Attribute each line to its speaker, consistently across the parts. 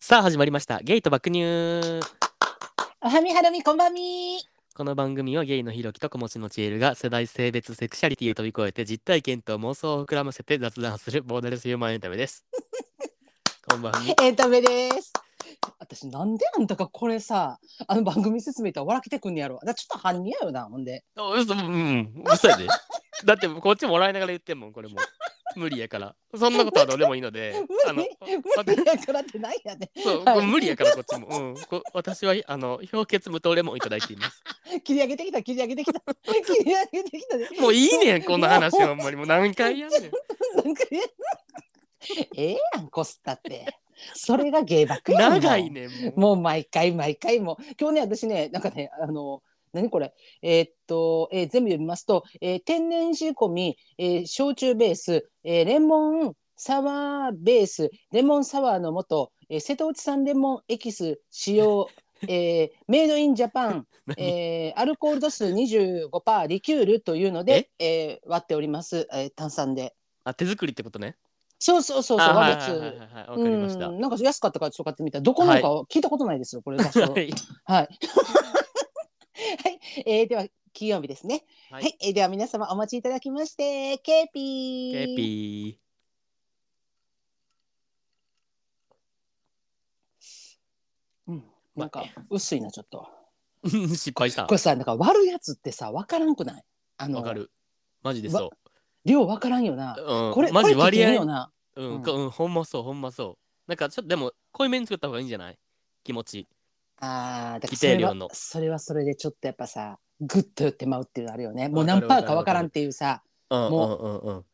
Speaker 1: さあ始まりましたゲイと爆乳
Speaker 2: おはみはるみこんばんみ
Speaker 1: この番組はゲイのひろきと子持ちのちえるが世代性別セクシャリティを飛び越えて実体験と妄想を膨らませて雑談するボーダレスヒューマンエンタメです こんばんは
Speaker 2: エンタメです私なんであんたがこれさあの番組説明と笑けてくんねやろだからちょっと犯人やよなほんで
Speaker 1: お嘘うんうるさいでだってこっちもらいながら言ってんもんこれも無理やからそんなことはどうでもいいのであ
Speaker 2: 無
Speaker 1: の
Speaker 2: 理無理やからってないやで
Speaker 1: そう、
Speaker 2: はい
Speaker 1: これ無理やからこっちも、うん、こ私はあの氷結無糖レモンいただいています
Speaker 2: 切り上げてきた切り上げてきた切り上げてきたで
Speaker 1: もういいねんこんな話ほんまにもう何回やんねん
Speaker 2: なんか ええやんこすったってそれが芸爆やんもう
Speaker 1: 長いねんもう
Speaker 2: もう毎回毎回もう今日ね私ねなんかねあの何これえーっと、えー全部読みますと、えー天然仕込み、えー焼酎ベース、えーレモンサワーベースレモンサワーの素、えー瀬戸内産レモンエキス使用、えーメイドインジャパン、えーアルコール度数25%リキュールというので、えー割っております、えー炭酸で。
Speaker 1: あ手作りってことね
Speaker 2: そうそうそうそう、
Speaker 1: あ
Speaker 2: 和
Speaker 1: はい
Speaker 2: 別。
Speaker 1: はいはいはいわかりました
Speaker 2: うんなんか安かったからちょっと買ってみた。どこなのか聞いたことないですよ、これ場所。は。
Speaker 1: はいい
Speaker 2: はい。えー では、金曜日ですね。
Speaker 1: は
Speaker 2: はいい、えーでは、皆様お待ちいただきまして、ケーピー。
Speaker 1: ケーピ
Speaker 2: なんか、薄いな、ちょっと。
Speaker 1: ー 失敗した
Speaker 2: これさ、なんか悪いやつってさ、わからんくないあの、
Speaker 1: わかるマジでそ
Speaker 2: 量わからんよな
Speaker 1: う、。うん、
Speaker 2: これ、
Speaker 1: マジ
Speaker 2: これ聞い
Speaker 1: 割
Speaker 2: てみ
Speaker 1: 合
Speaker 2: ような。
Speaker 1: うん、
Speaker 2: うん
Speaker 1: こうん、ほんまそうほんまそうなんかちょっとでも濃いめに作った方がいいんじゃない気持ち
Speaker 2: ああ、だから
Speaker 1: 規
Speaker 2: そ
Speaker 1: 定
Speaker 2: れ
Speaker 1: 量
Speaker 2: は
Speaker 1: の、
Speaker 2: それはそれでちょっとやっぱさ、ぐっと寄ってまうっていうのあるよね。もう
Speaker 1: わか
Speaker 2: 何
Speaker 1: る
Speaker 2: パーかわからんっていうさ。
Speaker 1: うんうん
Speaker 2: も
Speaker 1: うんうん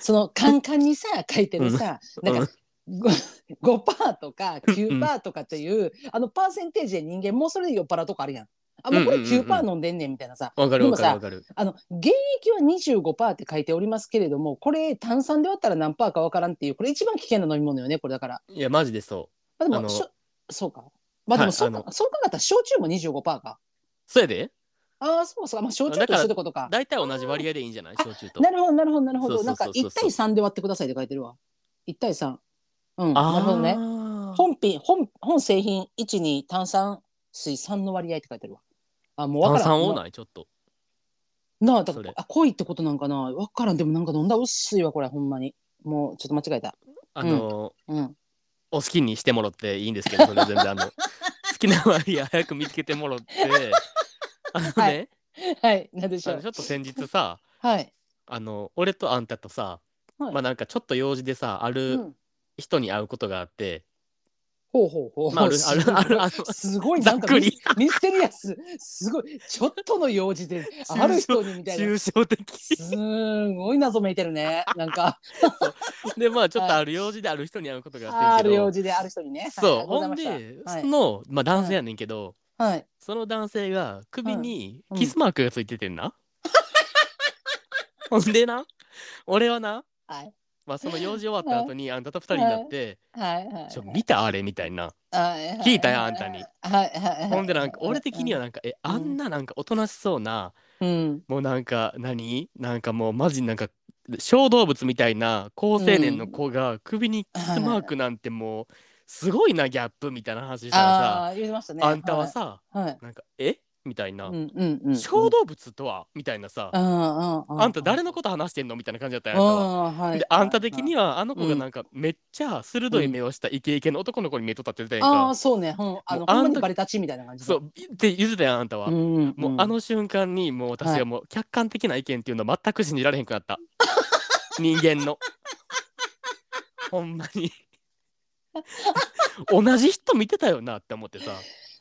Speaker 2: そのカンカンにさ書いてるさ、
Speaker 1: うん
Speaker 2: なんか5パーとか9パーとかという、あのパーセンテージで人間もうそれで酔っ払うとこあるやん。あもうこれ
Speaker 1: うんうんうんうん
Speaker 2: 9パー飲んでんねんみたいなさ、
Speaker 1: わかるわ
Speaker 2: でも
Speaker 1: か
Speaker 2: さ
Speaker 1: るわかる
Speaker 2: あの現役は25パーって書いておりますけれどもこれ炭酸で割ったら何パーかわからんっていうこれ一番危険な飲み物よねこれだから。
Speaker 1: いやマジでそう
Speaker 2: まあ、で
Speaker 1: あの
Speaker 2: もしょそうか。まあで
Speaker 1: はい
Speaker 2: もそう,、
Speaker 1: あ
Speaker 2: そう考えたら焼酎も25パーか。
Speaker 1: そうやで
Speaker 2: ああそうそうまあ焼酎と一緒ってことか。
Speaker 1: 大体同じ割合でいいんじゃない焼酎と
Speaker 2: なるほどなるほどなるほ
Speaker 1: そう
Speaker 2: ど。
Speaker 1: そ
Speaker 2: な
Speaker 1: うんそう
Speaker 2: か
Speaker 1: そうそう
Speaker 2: 1対3で割ってくださいって書いてるわ。1対3。うん。
Speaker 1: あー
Speaker 2: なるほどね。本品本本製品1に炭酸水3の割合って書いてあるわ。あもう分
Speaker 1: 炭
Speaker 2: からん。
Speaker 1: 酸多ないちょっと
Speaker 2: なあだ
Speaker 1: そ
Speaker 2: か
Speaker 1: れ
Speaker 2: らあ濃いってことなんかな分からんでもなんか飲んだら薄いわこれほんまに。もうちょっと間違えた。
Speaker 1: あの
Speaker 2: うん。
Speaker 1: お好きにしてもろっていいんですけどそれ全然あの好きな割合早く見つけてもろってあのね、
Speaker 2: はいはい。なんでし
Speaker 1: あ
Speaker 2: ょ
Speaker 1: の
Speaker 2: う
Speaker 1: ちょ。っと先日さ
Speaker 2: はい。
Speaker 1: あの俺とあんたとさ、
Speaker 2: はい
Speaker 1: まあなんかちょっと用事でさあ
Speaker 2: う
Speaker 1: る
Speaker 2: ん。
Speaker 1: 人に会うことがあって、
Speaker 2: ほうほうほう。
Speaker 1: まあある
Speaker 2: す
Speaker 1: あるあるあの
Speaker 2: すごい
Speaker 1: ざ
Speaker 2: な
Speaker 1: っ
Speaker 2: んか
Speaker 1: く
Speaker 2: ミ
Speaker 1: り
Speaker 2: スミステリアスすごいちょっとの用事である人にみたいな
Speaker 1: 抽象的
Speaker 2: すんごい謎めいてるねなんか
Speaker 1: でまあちょっと
Speaker 2: はい
Speaker 1: ある用事である人に会うことがあって
Speaker 2: あ
Speaker 1: ん
Speaker 2: る
Speaker 1: けど、
Speaker 2: 用事である人にね
Speaker 1: そう、
Speaker 2: はい、
Speaker 1: ほん
Speaker 2: ありがとう
Speaker 1: で、
Speaker 2: ござい
Speaker 1: そ
Speaker 2: まし
Speaker 1: のまあ男性やねんけど、
Speaker 2: たはい、はい、
Speaker 1: その男性が首に
Speaker 2: うん
Speaker 1: キスマークがついててんな、 ほんでな俺はな、
Speaker 2: はい
Speaker 1: まあ、その用事終わった後にあんたと二人になって
Speaker 2: はい
Speaker 1: 「
Speaker 2: はい
Speaker 1: ちょ見たあれ」みたいな聞
Speaker 2: 聞
Speaker 1: いたよあんたに。
Speaker 2: はいはいはい、
Speaker 1: ほんでなんか俺的にはなんかえあんななんかおとなしそうな、
Speaker 2: うん、
Speaker 1: もうなんか何なんかもうマジなんか小動物みたいな高青年の子が首にキスマークなんてもうすごいなギャップみたいな話したらさ、
Speaker 2: あー言ってましたね。
Speaker 1: あんたはさ、
Speaker 2: はい、はい、
Speaker 1: なんかえみたいな、
Speaker 2: うんうんうん、
Speaker 1: 小動物とはみたいなさ、
Speaker 2: うんうんうん、
Speaker 1: あんた誰のこと話してんのみたいな感じだった
Speaker 2: あ
Speaker 1: やんかは。
Speaker 2: ーはい、
Speaker 1: であんた的に
Speaker 2: は
Speaker 1: はあの子がなんかめっちゃ鋭い目をしたイケイケの男の子に目と立ってたやん
Speaker 2: ああ
Speaker 1: か
Speaker 2: ー、そうね、うん、あ
Speaker 1: もう
Speaker 2: の
Speaker 1: あんた
Speaker 2: ほんまにバレたちみたいな感じで
Speaker 1: そうって言ってたやんあんたは、
Speaker 2: うんうん、
Speaker 1: もうあの瞬間にもう私
Speaker 2: は
Speaker 1: はいもう客観的な意見っていうのは全く信じられへんくなった 人間のほんまに 同じ人見てたよなって思ってさ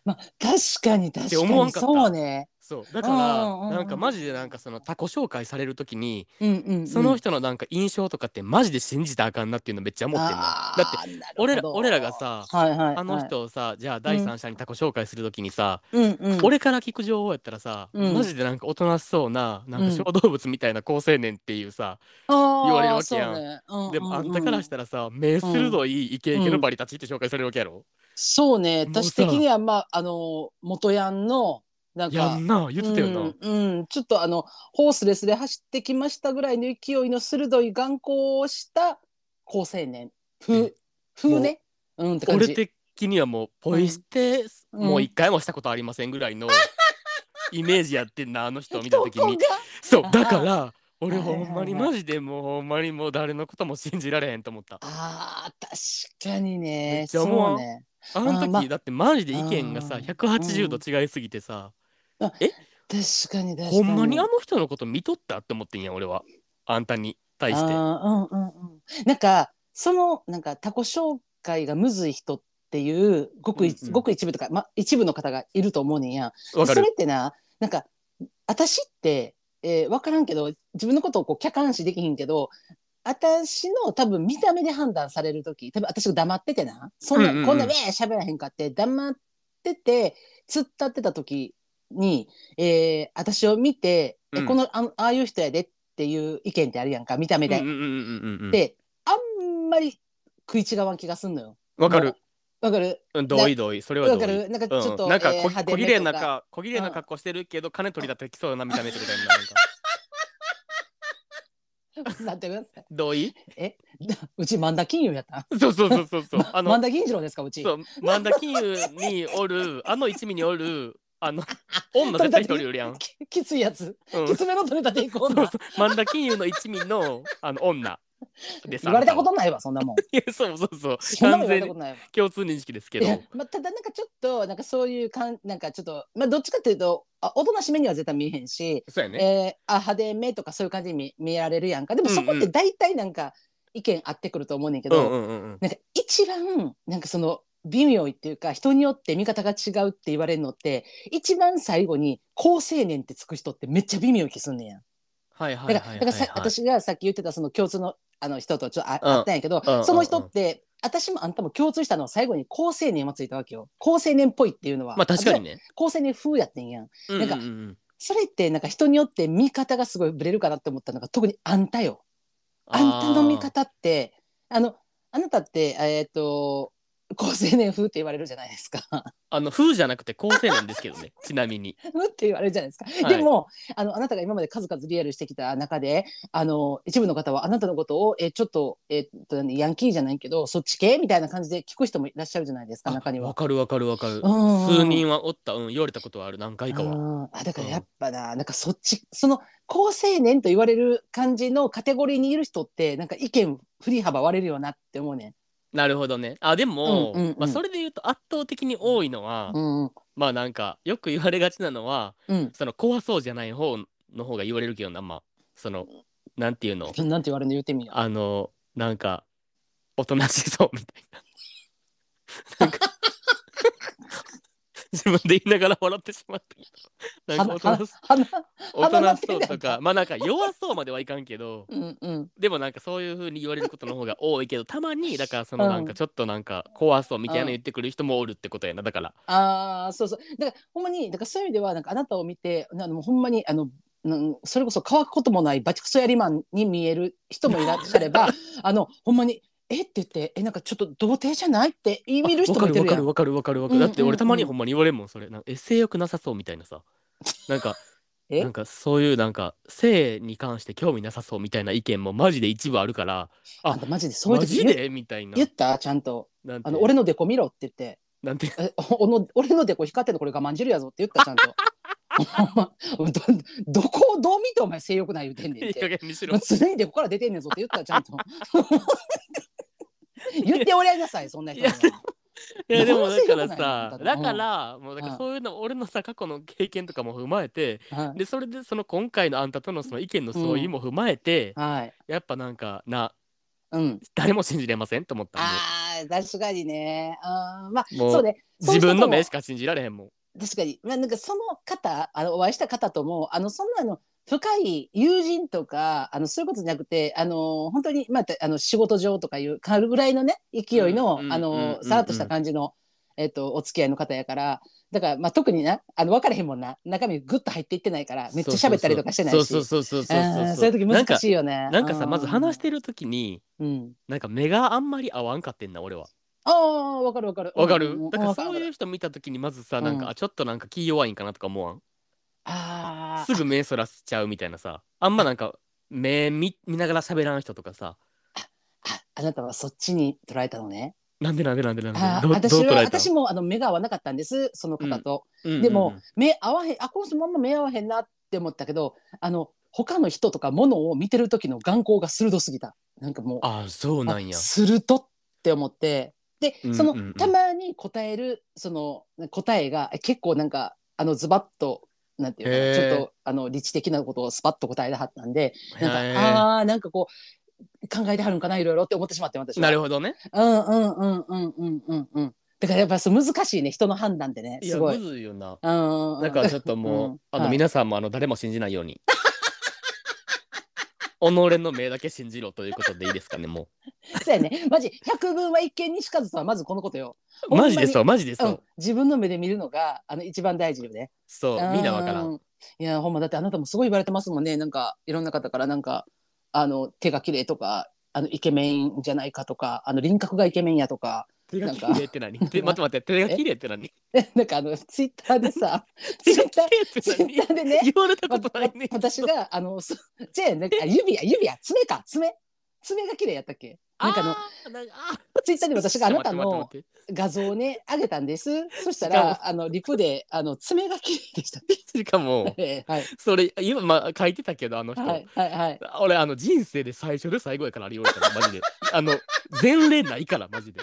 Speaker 2: まあ、確かに確
Speaker 1: て
Speaker 2: か
Speaker 1: 思わん
Speaker 2: に
Speaker 1: かった
Speaker 2: そうね、
Speaker 1: そうだか
Speaker 2: うんうんうん
Speaker 1: らなんかマジでなんかその他己紹介される時に
Speaker 2: うんうんうん、
Speaker 1: その人のなんか印象とかってマジで信じたらあかんなっていうのめっちゃ思ってんのだ
Speaker 2: あー
Speaker 1: って、
Speaker 2: なるほど
Speaker 1: 俺ら俺らがさ
Speaker 2: はいはいはい、
Speaker 1: あの、人をさじゃあ第三者に他己紹介する時にさ、
Speaker 2: うんうん、
Speaker 1: 俺から聞く情報やったらさ、
Speaker 2: うん
Speaker 1: マジでなんかおとなしそうななんか小動物みたいな高青年っていうさ、言
Speaker 2: 言
Speaker 1: われるわけやん
Speaker 2: そうねうんうんうん、
Speaker 1: でもあんたからしたらさ目鋭いイケイケのバリたちって紹介されるわけやろ、
Speaker 2: そうね
Speaker 1: もうさ
Speaker 2: 私的にはまああの元ヤンのなん
Speaker 1: や
Speaker 2: か
Speaker 1: んな言ってたよな、
Speaker 2: うん、うんちょっとあのホースレスで走ってきましたぐらいの勢いの鋭い眼光をした高青年
Speaker 1: ね
Speaker 2: 風風ねうんって感じ
Speaker 1: 俺的的にはもうポイ捨て、
Speaker 2: うん
Speaker 1: もう一回もしたことありませんぐらいのイメージやってんなあの人を見た時
Speaker 2: ここ
Speaker 1: に
Speaker 2: が
Speaker 1: そう
Speaker 2: あー
Speaker 1: だから俺
Speaker 2: はいはい
Speaker 1: ほ
Speaker 2: はい
Speaker 1: んまにマジでもうほんまにもう誰のことも信じられへんと思った
Speaker 2: あー確かにね
Speaker 1: めっちゃ思わん
Speaker 2: そうね
Speaker 1: あの
Speaker 2: あー
Speaker 1: 時
Speaker 2: ま
Speaker 1: だってマジで意見がさ
Speaker 2: うん
Speaker 1: 180度違いすぎてさ
Speaker 2: 確かに確かに
Speaker 1: ほんまにあの人のこと見とったって思ってんや俺はあんたに対して
Speaker 2: あーうんうんうん、なんかそのなんか他己紹介がむずい人っていうごく,、
Speaker 1: うんうん
Speaker 2: ごく一部とか、ま、一部の方がいると思うねんや
Speaker 1: わか
Speaker 2: そ
Speaker 1: る
Speaker 2: れってななんか私って、えー、分からんけど自分のことをこう客観視できひんけど私の多分見た目で判断される時多分私が黙っててなそんな、
Speaker 1: うんうんうん
Speaker 2: こんなウェー喋らへんかって黙ってて突っ立ってた時に、えー、私を見て、え
Speaker 1: うん
Speaker 2: このあああいう人やでっていう意見ってあるやんか見た目で。
Speaker 1: うんうんうんうんうんうん
Speaker 2: であんまり食い違わん気がすんのよ。
Speaker 1: わかる
Speaker 2: わかる
Speaker 1: うん同意同意それは
Speaker 2: わ
Speaker 1: 同
Speaker 2: か
Speaker 1: 意
Speaker 2: るなんかちょっと、
Speaker 1: うんなんか
Speaker 2: えー
Speaker 1: こ
Speaker 2: 派手
Speaker 1: 小
Speaker 2: め
Speaker 1: 綺麗
Speaker 2: と
Speaker 1: な
Speaker 2: か
Speaker 1: か小綺麗な格好してるけど金取りだったら来そうな見た目ってことやんな なんか
Speaker 2: なんて言います
Speaker 1: 同意
Speaker 2: え うち万田金融やったん
Speaker 1: そうそうそうそう そうあの
Speaker 2: 万田銀次郎ですかうち
Speaker 1: そう万田金融におるあの一味におるあ の女絶対一人おるやん、うん、
Speaker 2: ききついやつ
Speaker 1: そ
Speaker 2: き
Speaker 1: う
Speaker 2: つめの取れたていこう
Speaker 1: そう
Speaker 2: な
Speaker 1: 万田金融の一味のあの女です
Speaker 2: 言われたこ
Speaker 1: あ
Speaker 2: とないわそんなも
Speaker 1: ん
Speaker 2: ん
Speaker 1: たはいやそうそうそう
Speaker 2: そんなも
Speaker 1: 完
Speaker 2: ん
Speaker 1: 全
Speaker 2: 言われた
Speaker 1: に
Speaker 2: ことないわ
Speaker 1: 共通認識ですけ
Speaker 2: いや
Speaker 1: ど、
Speaker 2: まあ、ただなんかちょっとなんかそういうかんなんかちょっとまあどっちかっていうとあおとなしめには絶対見えへんし、
Speaker 1: そうやね、
Speaker 2: えーあ派手めとかそういう感じに見見られるやんかでもそこっ
Speaker 1: うんう
Speaker 2: て大体なんか意見合ってくると思うねんけど、
Speaker 1: うんうんうんうん
Speaker 2: なんか一番なんかその微妙いっていうか人によって見方が違うって言われるのって一番最後に好青年ってつく人ってめっちゃ微妙い気すんねんやん。
Speaker 1: はいはい
Speaker 2: だ
Speaker 1: は
Speaker 2: か
Speaker 1: い
Speaker 2: ら
Speaker 1: は
Speaker 2: だ
Speaker 1: い
Speaker 2: からさ私がさっき言ってたその共通のあの人とちょっとあ
Speaker 1: うん
Speaker 2: あったんやけど
Speaker 1: うん
Speaker 2: その人って私もあんたも共通したのは最後に好青年はついたわけよ。好青年っぽいっていうのは。
Speaker 1: まあ確かにね
Speaker 2: 私は好青年風やってんやん。
Speaker 1: うんう
Speaker 2: なん
Speaker 1: ん
Speaker 2: か
Speaker 1: うん
Speaker 2: それってなんか人によって見方がすごいブレるかなって思ったのが特にあんたよ。あんたの見方ってあのあなたってえっ、と高青年風って言われるじゃないですか。
Speaker 1: あーあの風じゃなくて構成なんですけどね ちなみに
Speaker 2: ふって言われるじゃないですか。
Speaker 1: はい
Speaker 2: でもあのあなたが今まで数々リアルしてきた中であの一部の方はあなたのことをえーちょっと,、えーっと何ヤンキーじゃないけどそっち系みたいな感じで聞く人もいらっしゃるじゃないですか
Speaker 1: あ
Speaker 2: 中に
Speaker 1: わ
Speaker 2: は。
Speaker 1: かるわかるわかる
Speaker 2: うん
Speaker 1: 数人はおったうん言われたことはある何回かは
Speaker 2: あーあだからやっぱな,、なんかそっちその高青年と言われる感じのカテゴリーにいる人ってなんか意見振り幅割れるよなって思うね。
Speaker 1: なるほどねあでも、
Speaker 2: うんうんうん
Speaker 1: まあ、それで言うと圧倒的に多いのは、
Speaker 2: うんうん
Speaker 1: まあなんかよく言われがちなのは
Speaker 2: うん、
Speaker 1: その怖そうじゃない方の方が言われるけどなまあそのなんていうの
Speaker 2: なんて言われるの言ってみよう。
Speaker 1: あのなんかおとなしそうみたいな。なんか自分で言いながら笑ってしまったけどなんかおとなし
Speaker 2: 鼻
Speaker 1: おとなしそうと
Speaker 2: 鼻が出ない
Speaker 1: かまあなんか弱そうまではいかんけど
Speaker 2: うんうん
Speaker 1: でもなんかそういう風に言われることの方が多いけどたまにだからその
Speaker 2: うん
Speaker 1: なんかちょっとなんか怖そうみたいなの言ってくる人もおるってことやなだから
Speaker 2: ああそうそうだからほんまにだからそういう意味ではなんかあなたを見てなもうほんまにあのなんそれこそ乾くこともないバチクソやりマンに見える人もいらっしゃ ればあのほんまに「えっ?」て言って「えなんかちょっと童貞じゃない?」って言い見る人もいて
Speaker 1: わ
Speaker 2: る
Speaker 1: か
Speaker 2: や
Speaker 1: る
Speaker 2: ん。
Speaker 1: わかるわかるわか
Speaker 2: う
Speaker 1: る
Speaker 2: ん
Speaker 1: だって
Speaker 2: うんう
Speaker 1: 俺
Speaker 2: ん
Speaker 1: たまにほんまに言われるもんそれなんかえ性欲なさそうみたいなさなんか
Speaker 2: え
Speaker 1: なんかそういうなんか性に関して興味なさそうみたいな意見もマジで一部あるから
Speaker 2: あんたマジでそういう
Speaker 1: マ
Speaker 2: 時
Speaker 1: ジ
Speaker 2: 言う
Speaker 1: でみたいな
Speaker 2: 言ったちゃんと
Speaker 1: なんて
Speaker 2: あの「俺のデコ見ろ」って言って
Speaker 1: なんて
Speaker 2: えおの俺のデコ光ってるのこれ我慢汁やぞって言ったちゃん と。お前どどこをどう見てお前性欲ない言うてんねん
Speaker 1: い
Speaker 2: っ
Speaker 1: い
Speaker 2: て
Speaker 1: 加。減にし
Speaker 2: ま
Speaker 1: ろ
Speaker 2: あ、常にでこから出てんねんぞって言ったらち ゃんと言っておりゃいなさいそんな人にはい
Speaker 1: いやでもだから
Speaker 2: ど
Speaker 1: さ
Speaker 2: うせ良くない
Speaker 1: だ
Speaker 2: の
Speaker 1: からもうだからそういうの俺のさ過去の経験とかも踏まえて
Speaker 2: は
Speaker 1: でそれでその今回のあんたとのその意見の相違も踏まえて、
Speaker 2: い、はい
Speaker 1: やっぱなんかな
Speaker 2: うん、
Speaker 1: 誰も信じれませんと思ったん
Speaker 2: あー確かにねあーまあ
Speaker 1: もう
Speaker 2: そうね
Speaker 1: で自分の目
Speaker 2: 名
Speaker 1: しか信じられへんもん。
Speaker 2: 確かに、まあ、なんかその方あのお会いした方ともあのそんなあの深い友人とかあのそういうことじゃなくてあの本当に、まあ、あの仕事上とかいうかるぐらいのね勢いの
Speaker 1: うん
Speaker 2: あ
Speaker 1: うんうん
Speaker 2: の
Speaker 1: うん
Speaker 2: さらっとした感じの、えっとお付き合いの方やからだから、まあ、特になあの分からへんもんな中身グッと入っていってないからめっちゃ喋ったりとかしてないし
Speaker 1: そうそうそうそうそう
Speaker 2: あー
Speaker 1: そ
Speaker 2: そうういう時
Speaker 1: なんか
Speaker 2: 難しいよね。、
Speaker 1: なんかさまず話しててる時に
Speaker 2: うん、
Speaker 1: なんか目があんまり合わんかってんな俺は。
Speaker 2: ああわかるわかる
Speaker 1: わかる、
Speaker 2: うんうん
Speaker 1: だから
Speaker 2: わる
Speaker 1: そう
Speaker 2: わ
Speaker 1: い
Speaker 2: る
Speaker 1: う人見た時にまずさなんか、
Speaker 2: うん
Speaker 1: あちょっとなんか気弱いんかなとか思わん
Speaker 2: あ
Speaker 1: すぐ目そらしちゃうみたいなさあんまなんか目見見ながら喋らん人とかさ
Speaker 2: ーああなたはそっちに捉えたのね
Speaker 1: なんでなんでなんでなんで
Speaker 2: あー
Speaker 1: どうど
Speaker 2: 私
Speaker 1: う捉え
Speaker 2: は
Speaker 1: た
Speaker 2: 私もあの目が合わなかったんですその方と、
Speaker 1: うんうんうん
Speaker 2: でも、目合わへんあこの人もあんま目合わへんなって思ったけどあの他の人とか物を見てる時の眼光が鋭すぎたなんかもう
Speaker 1: あそうなんや
Speaker 2: あ。鋭って思ってで
Speaker 1: うん
Speaker 2: その、
Speaker 1: うんうん
Speaker 2: たまに答えるその答えが結構なんかあのズバッとなんていうか
Speaker 1: へ
Speaker 2: な
Speaker 1: ー
Speaker 2: ちょっとあの理知的なことをスパッと答えてはったんでなんか
Speaker 1: へー
Speaker 2: あーなんかこう考えてはるんかないろいろって思ってしまって私は
Speaker 1: なるほどね。
Speaker 2: うんうんうんうんうんうんうんだからやっぱそう難しいね人の判断でね
Speaker 1: い
Speaker 2: す
Speaker 1: や、
Speaker 2: ご
Speaker 1: む
Speaker 2: い。
Speaker 1: ずいよな。
Speaker 2: うん
Speaker 1: だからちょっともう、
Speaker 2: うん
Speaker 1: あ
Speaker 2: は
Speaker 1: の
Speaker 2: い
Speaker 1: 皆さんもあの誰も信じないように。 己の目だけ信じろということでいいですかね、も
Speaker 2: そうやね。マジ百聞は一見にしかずとはまずこのことよ。
Speaker 1: う。
Speaker 2: ほんま
Speaker 1: マ
Speaker 2: に
Speaker 1: ジでそう、マジでそうう。
Speaker 2: ん、自分の目で見るのがあの一番大事よね。
Speaker 1: そう、みんなわから。
Speaker 2: うんん。いやほんまだってあなたもすごい言われてますもんね。なんかいろんな方からなんかあの手が綺麗とかあのイケメンじゃないかとかあの輪郭がイケメンやとか
Speaker 1: 手が
Speaker 2: なん
Speaker 1: 綺
Speaker 2: か
Speaker 1: 麗って何手待って待って、手が綺麗って何
Speaker 2: なんかあのツイッター でさツ
Speaker 1: 手が
Speaker 2: イッ
Speaker 1: 綺
Speaker 2: ター
Speaker 1: 麗って
Speaker 2: ツイ
Speaker 1: 何
Speaker 2: ッ ターでね
Speaker 1: 言われた
Speaker 2: わ
Speaker 1: ことないね。
Speaker 2: 私があのそじゃあなんかあ指や指や爪か爪爪が綺麗やったっけなんかあの
Speaker 1: あーなんかあー
Speaker 2: ツイッターで私があなた
Speaker 1: ちょっ
Speaker 2: の
Speaker 1: と待って待って待って
Speaker 2: 画像をね上げたんですそした
Speaker 1: しか
Speaker 2: らあのリプであの爪が綺麗でしたっ
Speaker 1: しかも、
Speaker 2: てはい
Speaker 1: それ、今、まあ、書いてたけど、あの人。
Speaker 2: はいはいはい
Speaker 1: 俺、あの、人生で最初で最後やから、あれ言われたら、マジで。あの、前例ないから、マジで。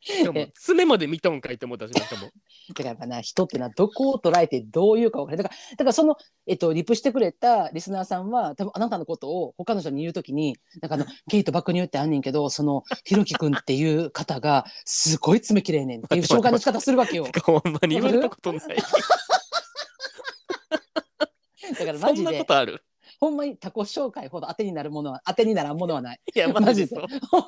Speaker 1: しかも
Speaker 2: え、
Speaker 1: 爪まで見たんかいって思ったし、なんかもう。
Speaker 2: だからやっぱな人ってのはどこを捉えてどういうか分からないだからだからその、えっと、リプしてくれたリスナーさんは多分あなたのことを他の人に言うときにな んかあの「ゲイと爆乳ってあんねんけどそのひろきくんっていう方がすごい爪綺麗ねん」っていう紹介の仕方するわけよ
Speaker 1: てかほんまに言われたことない。
Speaker 2: だから
Speaker 1: そ
Speaker 2: マ
Speaker 1: ん
Speaker 2: ジ
Speaker 1: なこ
Speaker 2: で
Speaker 1: とある。
Speaker 2: ほんまに他己紹介ほど当てになるものは当てにならんものはない
Speaker 1: いや、マジで そう。
Speaker 2: ほんま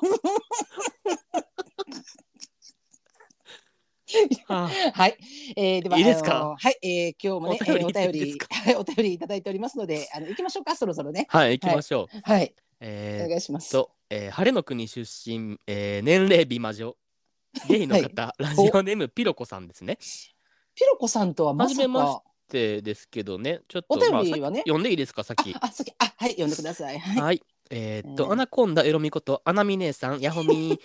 Speaker 1: あ
Speaker 2: はい、えー、では、
Speaker 1: いいですか
Speaker 2: あのはい、えー、今日もね、
Speaker 1: お
Speaker 2: お
Speaker 1: 便り
Speaker 2: 便り、えーお便り
Speaker 1: いいですか
Speaker 2: はい、お便りいただいておりますの で、あの、行きましょうか、そろそろね。
Speaker 1: ーはい、行きましょう。
Speaker 2: はい、お
Speaker 1: えーっ
Speaker 2: 願いします。
Speaker 1: と、えー晴れの国出身、えー年齢美魔女。ゲイの方、ラジオネームピロコさんですね。
Speaker 2: ピロコさんとはまさ
Speaker 1: はじめまし
Speaker 2: か。
Speaker 1: でですけどね、ちょっ
Speaker 2: お
Speaker 1: と、まあ、
Speaker 2: 便りはね
Speaker 1: さっき読んでいいですか、さっき。
Speaker 2: あ、さっき、あ、はい、読んでくだ さい。はい。
Speaker 1: はい。えーっと、
Speaker 2: うん
Speaker 1: アナコンダエロミこと、アナミ姉さん、ヤホ ミー、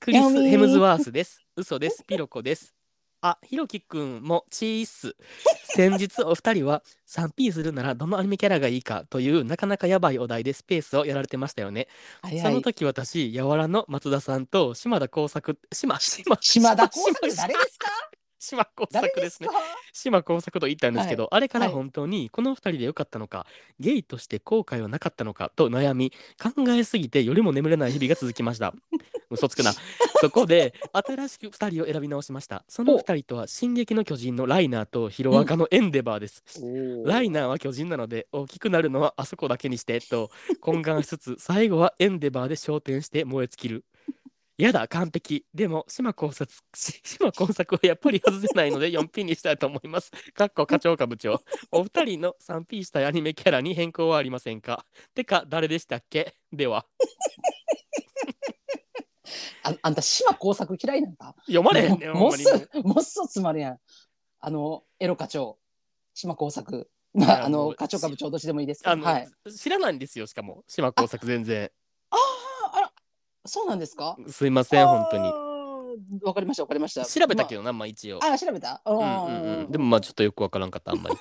Speaker 1: クリ
Speaker 2: ヤホミ
Speaker 1: ス・
Speaker 2: ー
Speaker 1: ヘムズワースです。嘘です。ピロコです。あ、ヒロキくんもチー ス。先日お二人は 3P するならどのアニメキャラがいいかというなかなかやばいお題でスペースをやられてましたよね。
Speaker 2: はい、
Speaker 1: そ
Speaker 2: は
Speaker 1: の
Speaker 2: い。
Speaker 1: 時私、やわらの松田さんと島田耕作、島、島、
Speaker 2: 島田耕作、
Speaker 1: 島
Speaker 2: 誰で すか。
Speaker 1: 島耕
Speaker 2: 誰
Speaker 1: 作
Speaker 2: で
Speaker 1: です
Speaker 2: す
Speaker 1: ね
Speaker 2: か。。
Speaker 1: 島耕作と言ったんですけど、あれから
Speaker 2: はい
Speaker 1: 本当にこの2人で良かったのか、ゲイとして後悔はなかったのかと悩み考えすぎて夜も眠れない日々が続きました 嘘つくなそこで新しく2人を選び直しましたその
Speaker 2: お
Speaker 1: 2人とは「進撃の巨人」のライナーとヒロアカのエンデバーです、ライ
Speaker 2: ン。
Speaker 1: ナーは巨人なので大きくなるのはあそこだけにしてと懇願しつつ最後はエンデバーで焦点して燃え尽きる。やだ完璧でも島工作し島工作はやっぱり外せないので 4P にしたいと思います。かっこ課長課部長お二人の 3P したいアニメキャラに変更はありませんかてか誰でしたっけでは
Speaker 2: あ、あんた島耕作嫌いなんか。
Speaker 1: 読まれへんねんほ
Speaker 2: も
Speaker 1: ん
Speaker 2: っ
Speaker 1: まに
Speaker 2: そ、もっそつまるやん。あの、エロ課長。島耕作。ま
Speaker 1: い
Speaker 2: あ、
Speaker 1: や
Speaker 2: あ
Speaker 1: も
Speaker 2: の、
Speaker 1: う
Speaker 2: 課長課部長どっちでもいいですけ
Speaker 1: あ
Speaker 2: ど。
Speaker 1: の、
Speaker 2: はい。
Speaker 1: 知らないんですよしかも島工作全然
Speaker 2: ああ、あら。そうなんですか。
Speaker 1: すいません本当に
Speaker 2: に。わかりました、わかりました。
Speaker 1: 調べたけ
Speaker 2: ど。
Speaker 1: どなまあ一応
Speaker 2: あ、調べた。う
Speaker 1: うんうんうん、でもまあちょっとよくわからんかったあん まり。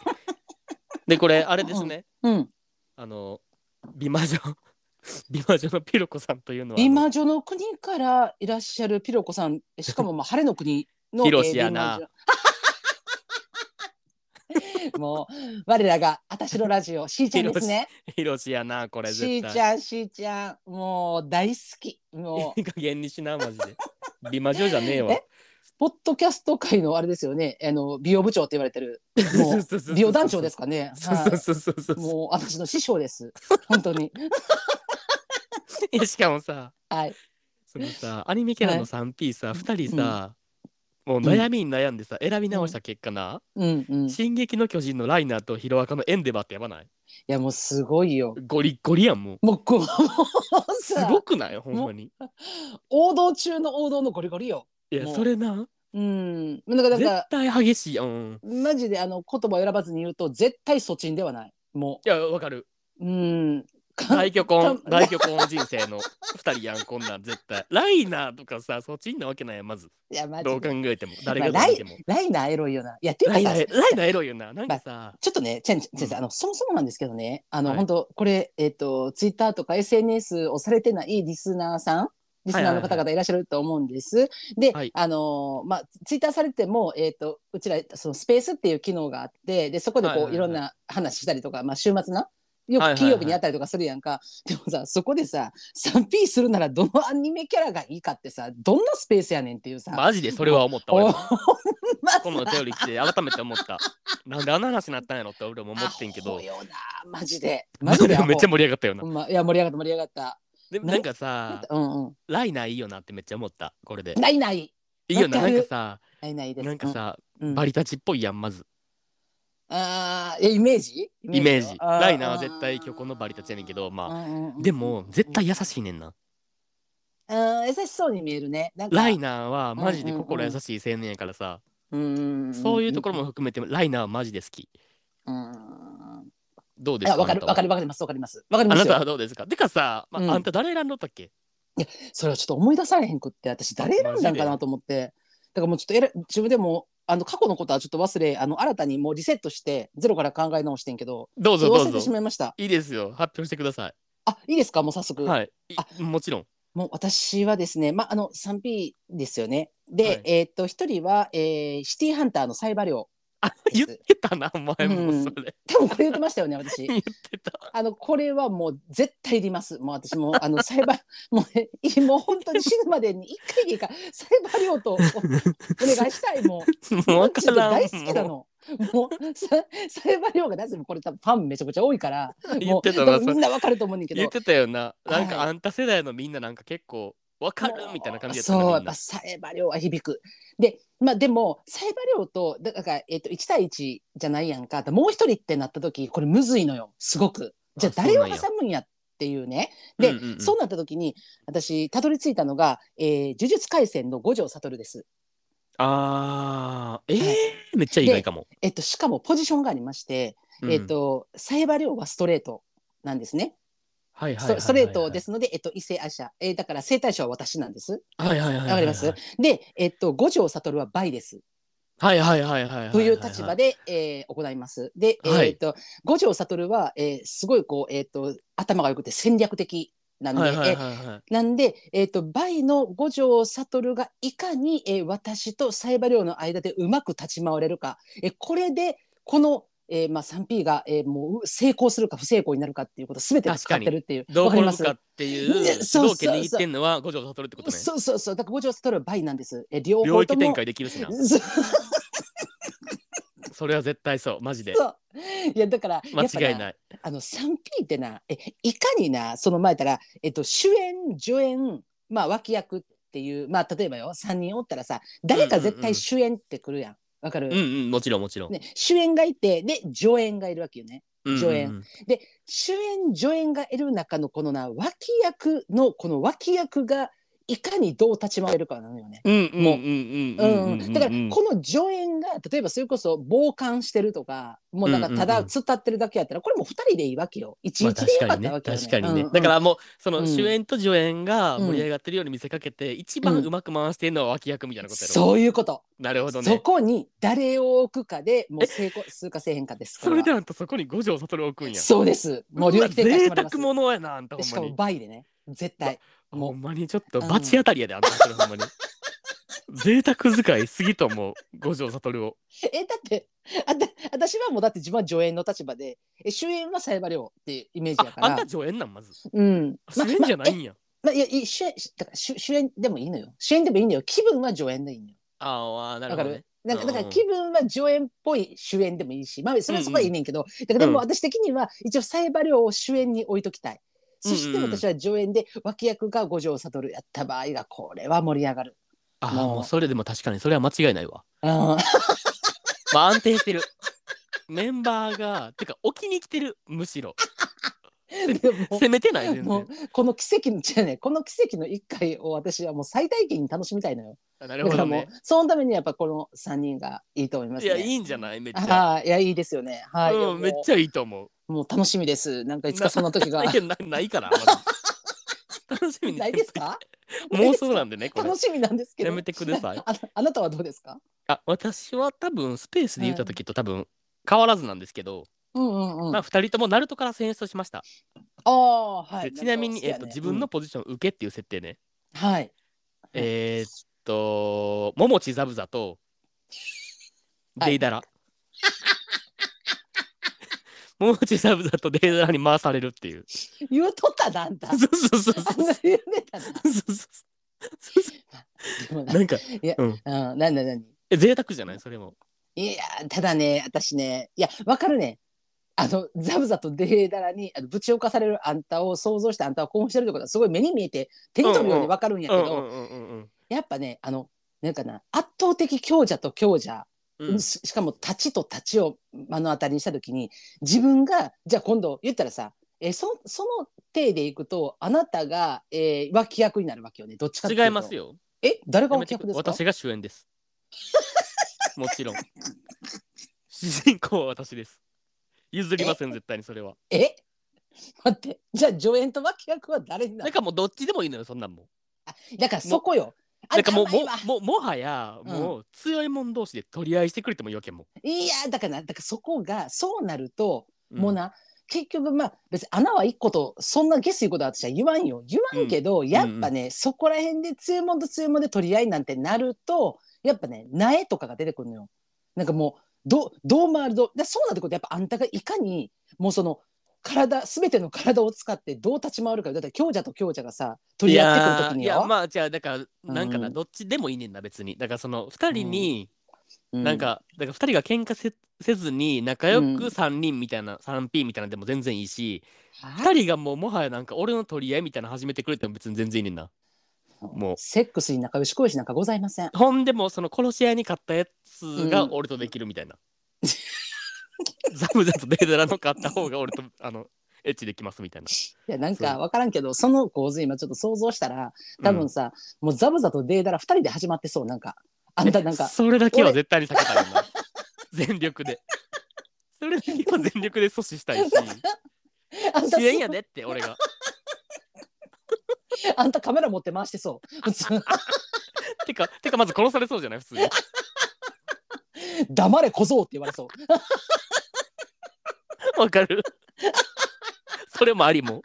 Speaker 1: でこれあれですね
Speaker 2: うん。
Speaker 1: あの美魔女 美魔女のピロコさんというのはあの
Speaker 2: 美魔女の国からいらっしゃるピロコさん、しかもまあ晴れの国の。
Speaker 1: ヒロシやな
Speaker 2: えー。美魔女 もう我らがあたしのラジオしーちゃんですね。
Speaker 1: ヒロシやなこれ
Speaker 2: し
Speaker 1: 絶
Speaker 2: ー
Speaker 1: 対。
Speaker 2: ちゃんしーちゃんもう大好き。もう
Speaker 1: いい加減にしなマジで。美魔女じゃねえわ。
Speaker 2: えポッドキャスト界のあれですよね。あの美容部長って言われてる。も
Speaker 1: そうそうそうそう
Speaker 2: 美容団長ですかね。
Speaker 1: そう
Speaker 2: は
Speaker 1: そうそうそう
Speaker 2: い。
Speaker 1: そう。
Speaker 2: もう私の師匠です。 本当に。
Speaker 1: いやしかもさ
Speaker 2: はい。
Speaker 1: そのさアニメキャラ
Speaker 2: は
Speaker 1: の
Speaker 2: い
Speaker 1: 3P さ2人さ、もう悩みに悩んでさ、選び直した結果な
Speaker 2: うんう
Speaker 1: 「
Speaker 2: ん。い
Speaker 1: 進撃の巨人」のライナーとヒロアカのエンデバーってやばない
Speaker 2: やもうすごいよ。
Speaker 1: ゴリッゴリやんもう。
Speaker 2: もうこうもう
Speaker 1: す
Speaker 2: さ
Speaker 1: ごくないほんまに。
Speaker 2: 王道中の王道のゴリゴリよ。
Speaker 1: いや
Speaker 2: もう
Speaker 1: それな。
Speaker 2: うん。なんかだから
Speaker 1: 絶対激しいやんうん。
Speaker 2: マジであの言葉を選ばずに言うと絶対そちんではない。も
Speaker 1: いや、わかる。
Speaker 2: ううん
Speaker 1: 大巨根
Speaker 2: かん
Speaker 1: 大巨根人生の2人やんこんなん絶 対ライナーとかさそっちんなわけないやんまず
Speaker 2: いや、マジ
Speaker 1: どう考
Speaker 2: で。
Speaker 1: えても誰がどう見ても、
Speaker 2: ライナーエロいよな。いや、っていう
Speaker 1: ラ
Speaker 2: か
Speaker 1: イ
Speaker 2: さ
Speaker 1: ナ、ーライナーエロいよななんかさ、
Speaker 2: ちょっとね、チェンチェン先生、
Speaker 1: うん
Speaker 2: あの、そもそもなんですけどね、あの、
Speaker 1: はい
Speaker 2: 本当これ、えっ、と、ツイッターとか SNS をされてないリスナーさん、リスナーの方々いらっしゃると思うんです。で、
Speaker 1: はい
Speaker 2: あのーまあ、ツイッターされても、えっ、と、うちら、そのスペースっていう機能があって、で、そこでこう、
Speaker 1: はい
Speaker 2: い
Speaker 1: はいはい
Speaker 2: ろんな話したりとか、まあ、週末な。よ
Speaker 1: はいはいはい
Speaker 2: く金曜日にあったりとかするやんか、でもさそこでさ 3P するならどのアニメキャラがいいかってさどんなスペースやねんっていうさ、
Speaker 1: マジでそれは思った俺
Speaker 2: お
Speaker 1: も
Speaker 2: ほんまさ
Speaker 1: このお便り来て改めて思ったなんであんな話になったんやろって俺も思ってんけ
Speaker 2: ア
Speaker 1: ど
Speaker 2: ホよなマジでマジで
Speaker 1: で
Speaker 2: ア
Speaker 1: も
Speaker 2: ホ
Speaker 1: めっちゃ盛り上がったよな
Speaker 2: ほんまいや盛り上がった盛り上がった。
Speaker 1: でも
Speaker 2: な
Speaker 1: なんかさ
Speaker 2: うんう
Speaker 1: ライナーいいよなってめっちゃ思ったこれで
Speaker 2: ん。ないない。
Speaker 1: いいよな
Speaker 2: わか
Speaker 1: な
Speaker 2: る
Speaker 1: んかさ
Speaker 2: ないないです。
Speaker 1: なんかさ、
Speaker 2: うん、うん
Speaker 1: バリタチっぽいやんまず
Speaker 2: ああ、えイメージ？
Speaker 1: イメージ
Speaker 2: あ
Speaker 1: ライナーは絶対虚構のバリたちやねんけどまあ
Speaker 2: うんうんうん
Speaker 1: でも絶対優しいねんな
Speaker 2: うん優しそうに見えるね。なんか
Speaker 1: ライナーはマジで心優しい青年やからさ
Speaker 2: うん
Speaker 1: そういうところも。含めてライナーはマジで好き
Speaker 2: うんうん
Speaker 1: どうで
Speaker 2: い
Speaker 1: す
Speaker 2: や
Speaker 1: か
Speaker 2: わかるわか
Speaker 1: る
Speaker 2: るわかりますわかりますわかり
Speaker 1: あ
Speaker 2: ま
Speaker 1: な
Speaker 2: す
Speaker 1: た
Speaker 2: よ
Speaker 1: はどうですかてかさ、まあ
Speaker 2: うん
Speaker 1: あんた誰選んどったっけ
Speaker 2: それをちょっと思い出されへんくって私誰選んだんかなと思ってだからもうちょっとえら自分でもあの過去のことはちょっと忘れあの新たにもうリセットしてゼロから考え直してんけど
Speaker 1: どうぞど
Speaker 2: 忘れ
Speaker 1: う
Speaker 2: てし
Speaker 1: ぞ
Speaker 2: まいました
Speaker 1: いいですよ発表してくださ
Speaker 2: あいいですかもう早
Speaker 1: い
Speaker 2: 速
Speaker 1: はいい
Speaker 2: あ
Speaker 1: もちろん
Speaker 2: もう私はですね、まあ、あの 3P ですよね。で、
Speaker 1: はい
Speaker 2: えーっと、一人は、えーシティハンターのサイバリオ。
Speaker 1: あ
Speaker 2: です
Speaker 1: 言ってたなお前もそれ
Speaker 2: 多分これ言ってましたよね、 私。
Speaker 1: 言ってた
Speaker 2: あの、これはもう絶対いります。もう私も、あの、サイバ もうね、いもう本当に死ぬまでに一回でいいから、サイバリオとおお願いしたい、もう。
Speaker 1: もうわ
Speaker 2: ち
Speaker 1: か
Speaker 2: ょっと
Speaker 1: らん
Speaker 2: 大好きな
Speaker 1: も
Speaker 2: の。もうササイバリオが大好きこれ多分ファンめちゃくちゃ多いから
Speaker 1: う言
Speaker 2: も
Speaker 1: っ
Speaker 2: う
Speaker 1: てた
Speaker 2: 多
Speaker 1: な
Speaker 2: 分
Speaker 1: そ
Speaker 2: み
Speaker 1: れ
Speaker 2: んなわかると思うねんだけ
Speaker 1: 言
Speaker 2: ど
Speaker 1: ってたよななんか
Speaker 2: はい
Speaker 1: あんた世代のみんななんか結構わかるみたいな感じやった
Speaker 2: そう
Speaker 1: な
Speaker 2: やっ
Speaker 1: みんな
Speaker 2: ぱサイバ量は響くでまあでもサイバ量とだから、えっと1対1じゃないやんかもう一人ってなった時これむずいのよすごくじゃあ
Speaker 1: あ
Speaker 2: 誰を挟
Speaker 1: そう
Speaker 2: むんやっていうねで、
Speaker 1: うんうんうん
Speaker 2: そうなった時に私たどり着いたのが、えー呪術廻戦の五条悟です
Speaker 1: あーえー、めっちゃ意外かも。
Speaker 2: えっとしかもポジションがありまして、
Speaker 1: うん
Speaker 2: えっ、とサイバ量はストレートなんですね
Speaker 1: はいはいはいはいはい
Speaker 2: ストストレートで。すので、えっと、異性愛者、えーだから生体者は私なんです
Speaker 1: はいはいはいはいはい。
Speaker 2: わかります、で、えっと、五条悟は倍です
Speaker 1: はいはいはいはいはい。
Speaker 2: という立場
Speaker 1: で。
Speaker 2: で、えー行います。で、え
Speaker 1: はい
Speaker 2: ーと五条悟は、えーすごいこう、えー、と頭が良くて戦略的なんで、
Speaker 1: はいはい
Speaker 2: え
Speaker 1: はいはい。
Speaker 2: ーなんで、えー、と倍の五条悟がいかに、えー私とサイバリオの間でうまく立ち回れるか、えーこれでこの、えーまあ、3P が、えーもう成功するか不成功になるかっていうこと全てがかかってるっていう。
Speaker 1: どう
Speaker 2: わかり
Speaker 1: 転
Speaker 2: ま
Speaker 1: ぶ
Speaker 2: す
Speaker 1: かっていう、
Speaker 2: ねそうそうそう
Speaker 1: 道家握ってんのは五条悟ってことね。
Speaker 2: そうそうそうだから五条悟は倍なんです。えー両
Speaker 1: 領
Speaker 2: 方と
Speaker 1: 域
Speaker 2: も
Speaker 1: 展開できるしな。
Speaker 2: そう
Speaker 1: それは絶対そう、マジで。
Speaker 2: そういやだから
Speaker 1: 間
Speaker 2: やっぱ
Speaker 1: 違いない。
Speaker 2: あの 3P ってなえいかになその前から、えっと、主演助演、まあ、脇役っていう、まあ、例えばよ3人おったらさ誰か絶
Speaker 1: うんうんう
Speaker 2: 対
Speaker 1: ん
Speaker 2: 主演ってくるやん。わ、かる、
Speaker 1: うんうん、もちろんもちろん。
Speaker 2: ね、主演がいてで助演がいるわけよね。
Speaker 1: うんうんうん
Speaker 2: 助演。主演助演がいる中のこのな脇役のこの脇役がいかにどう立ち回れるかなのよね。
Speaker 1: うんうん
Speaker 2: もう
Speaker 1: う
Speaker 2: う
Speaker 1: うん
Speaker 2: んん
Speaker 1: うんうんうんうん
Speaker 2: だからこの助演が例えばそれこそ傍観してるとかもうなんかただ
Speaker 1: うんうんうん
Speaker 2: 突っ立ってるだけやったらこれもう2人でいいわけよ
Speaker 1: まあ
Speaker 2: 1日で
Speaker 1: 確
Speaker 2: よか
Speaker 1: か
Speaker 2: っ
Speaker 1: にね
Speaker 2: たわけよ、ね
Speaker 1: 確かにね
Speaker 2: うん
Speaker 1: だからもうそうの
Speaker 2: ん
Speaker 1: 主演と助演が盛り上がってるように見せかけて一番
Speaker 2: うん
Speaker 1: うまく回してるのは脇役みたいなことやろ
Speaker 2: そういうこと
Speaker 1: なるほど
Speaker 2: そ
Speaker 1: ね
Speaker 2: こに誰を置くかでもう成功するかせえへんかですか
Speaker 1: そ
Speaker 2: ら
Speaker 1: れであんたそこに五条悟を置くんや
Speaker 2: そうですもう領域展開し
Speaker 1: 贅
Speaker 2: てもらいま
Speaker 1: 沢
Speaker 2: す
Speaker 1: 者やなあんた
Speaker 2: で
Speaker 1: ほ
Speaker 2: し
Speaker 1: ん
Speaker 2: か
Speaker 1: ま
Speaker 2: も
Speaker 1: に
Speaker 2: 倍でね絶対も
Speaker 1: ほ
Speaker 2: うん
Speaker 1: まにちょっと
Speaker 2: うん
Speaker 1: 罰当たりやであんたそれほんまに贅沢使いすぎと思う五条悟 を
Speaker 2: えだってあた私はもうだって自分は助演の立場でえ主演はサイバリオっていうイメージ
Speaker 1: あ
Speaker 2: やか
Speaker 1: あん
Speaker 2: ら
Speaker 1: た助演なんまず
Speaker 2: うん
Speaker 1: 主演じゃな
Speaker 2: ま
Speaker 1: いん や
Speaker 2: まあ、いやいい主演だから主主演でもいいのよ主演でもいいのよ気分は助演でいいのよ
Speaker 1: あーあーなる
Speaker 2: わ
Speaker 1: ほ
Speaker 2: か
Speaker 1: ど
Speaker 2: る、
Speaker 1: ね
Speaker 2: なんか
Speaker 1: うんう
Speaker 2: だ
Speaker 1: ん
Speaker 2: から気分は助演っぽい主演でもいいし、まあ、それはそこはいいねんけど、だからでも私的には一応サイバリオを主演に置いときたい。そして
Speaker 1: うんうんうん
Speaker 2: 私は助演で脇役が五条悟やった場合がこれは盛り上がる。
Speaker 1: あー
Speaker 2: もう
Speaker 1: もうそれでも確かにそれは間違いないわ
Speaker 2: うん、
Speaker 1: まあ安定してる メンバーがてか置きに来てるむしろ
Speaker 2: でも
Speaker 1: 攻めてない全
Speaker 2: も
Speaker 1: 然
Speaker 2: うこの奇跡の じゃあねこの奇跡の一回を私はもう最大限に楽しみたいのよ。
Speaker 1: あな
Speaker 2: だ
Speaker 1: る
Speaker 2: か
Speaker 1: ほ
Speaker 2: ら
Speaker 1: ど
Speaker 2: もう
Speaker 1: ね
Speaker 2: そのためにはやっぱこの三人がいいと思います、
Speaker 1: い
Speaker 2: ね。
Speaker 1: やいいんじゃないめっちゃ
Speaker 2: はいいやいいですよね。はい。いやも
Speaker 1: うんめっちゃいいと思う
Speaker 2: もう楽しみです。なんかいつかそんな時が。
Speaker 1: いや なないから。 まだ楽しみにして
Speaker 2: ないです か
Speaker 1: 妄想なんでね、これ
Speaker 2: 楽。しみなんですけど。
Speaker 1: やめてください
Speaker 2: ああなたはどうですか
Speaker 1: あ、私は多分スペースで言った時と多分変わらずなんですけど、
Speaker 2: うんうんうん。
Speaker 1: まあ
Speaker 2: あ
Speaker 1: 二人ともナルトから選出しました。
Speaker 2: あー、は
Speaker 1: で
Speaker 2: い。
Speaker 1: ちなみに、
Speaker 2: んか
Speaker 1: えっ
Speaker 2: 好きやね
Speaker 1: と自分の、ポジション受けっていう設定ね。
Speaker 2: うんはい。
Speaker 1: えーっと、ももちザブザと、
Speaker 2: はい
Speaker 1: デイダラ。 ももちザブザとデイダラに回されるっていう。
Speaker 2: 言うとったなあんた。あ
Speaker 1: そ
Speaker 2: ん
Speaker 1: うそうそうそう。
Speaker 2: な言うてたな。
Speaker 1: そうそうそう
Speaker 2: でもな
Speaker 1: なんか、
Speaker 2: うん、なんだなんだ。
Speaker 1: え贅沢じゃないそれも。
Speaker 2: いやー、ただね、私ね、いや、わかるね。あの、ザブザとデーダラにあのぶち侵かされるあんたを想像してあんたは興奮してるってことはすごい目に見えて手に取るようにわかるんや
Speaker 1: う
Speaker 2: け
Speaker 1: ん
Speaker 2: ど、
Speaker 1: うんうんうん
Speaker 2: やっぱね、あの、なんかな、圧倒的強者と強者。
Speaker 1: うんうん。
Speaker 2: ししかも立ちと立ちを目の当たりにした時に自分がじゃあ今度言ったらさえそその体でいくとあなたが、えー脇役になるわけよねどっちかっていうと
Speaker 1: 違いますよ。
Speaker 2: え誰が
Speaker 1: やめ
Speaker 2: 脇
Speaker 1: て
Speaker 2: 役
Speaker 1: く
Speaker 2: ですか
Speaker 1: 私が主演です。 もちろん。主人公は私です。譲りません、絶対にそれは。
Speaker 2: え待ってじゃあ助演と脇役は誰に
Speaker 1: な
Speaker 2: な
Speaker 1: ん
Speaker 2: る
Speaker 1: かもうどっちでもいいのよ、そんなんもん。
Speaker 2: だからそこよあ
Speaker 1: なんかもう、
Speaker 2: 頭
Speaker 1: も
Speaker 2: いいわ
Speaker 1: うもうもはや、
Speaker 2: うん
Speaker 1: もう強いもん同士で取り合いしてくれてもいいわけやもん。
Speaker 2: いやだからなだからそこがそうなると、
Speaker 1: うん
Speaker 2: もうな結局まあ別に穴は一個とそんなゲスいことは私は言わんよ言わんけど、やっぱね、そこら辺で強いもんと強いもんで取り合いなんてなるとやっぱね苗とかが出てくるのよ。なんかもうどうどう回るどうだそうなってことはやっぱあんたがいかにもうその体すべての体を使ってどう立ち回るかだって強者と強者がさ取り合ってくるときに
Speaker 1: いやーいや
Speaker 2: よ。
Speaker 1: まあじゃあだからなんかな、
Speaker 2: うん
Speaker 1: どっちでもいいねんな別にだからその2人に、
Speaker 2: う
Speaker 1: なんかだから2人が喧嘩せせずに仲良
Speaker 2: うん
Speaker 1: く3人みたいな、3P みたいなのでも全然いいし、
Speaker 2: は
Speaker 1: 2人がもうもはやなんか俺の取り合いみたいなの始めてくれても別に全然いいねんなもう
Speaker 2: セックスに仲良し恋しなんかございません。
Speaker 1: ほんでもうその殺し合いに勝ったやつ
Speaker 2: う
Speaker 1: が
Speaker 2: ん
Speaker 1: 俺とできるみたいな、ザブザとデーダラの勝った方が俺とあのエッチできますみたいない
Speaker 2: やなん
Speaker 1: そ
Speaker 2: か
Speaker 1: う
Speaker 2: 分からんけどその構図今ちょっと想像したら多分さ、もうザブザとデーダラ2人で始まってそうなんかあんたなんか
Speaker 1: それだけは絶対に避けたいな全力でそれだけは全力で阻止した いし
Speaker 2: あんた
Speaker 1: 主演やでって俺が
Speaker 2: あんたカメラ持って回してそう普通
Speaker 1: てかてかまず殺されそうじゃない普通に
Speaker 2: 黙れ小僧って言わ れそう
Speaker 1: わかる それもありも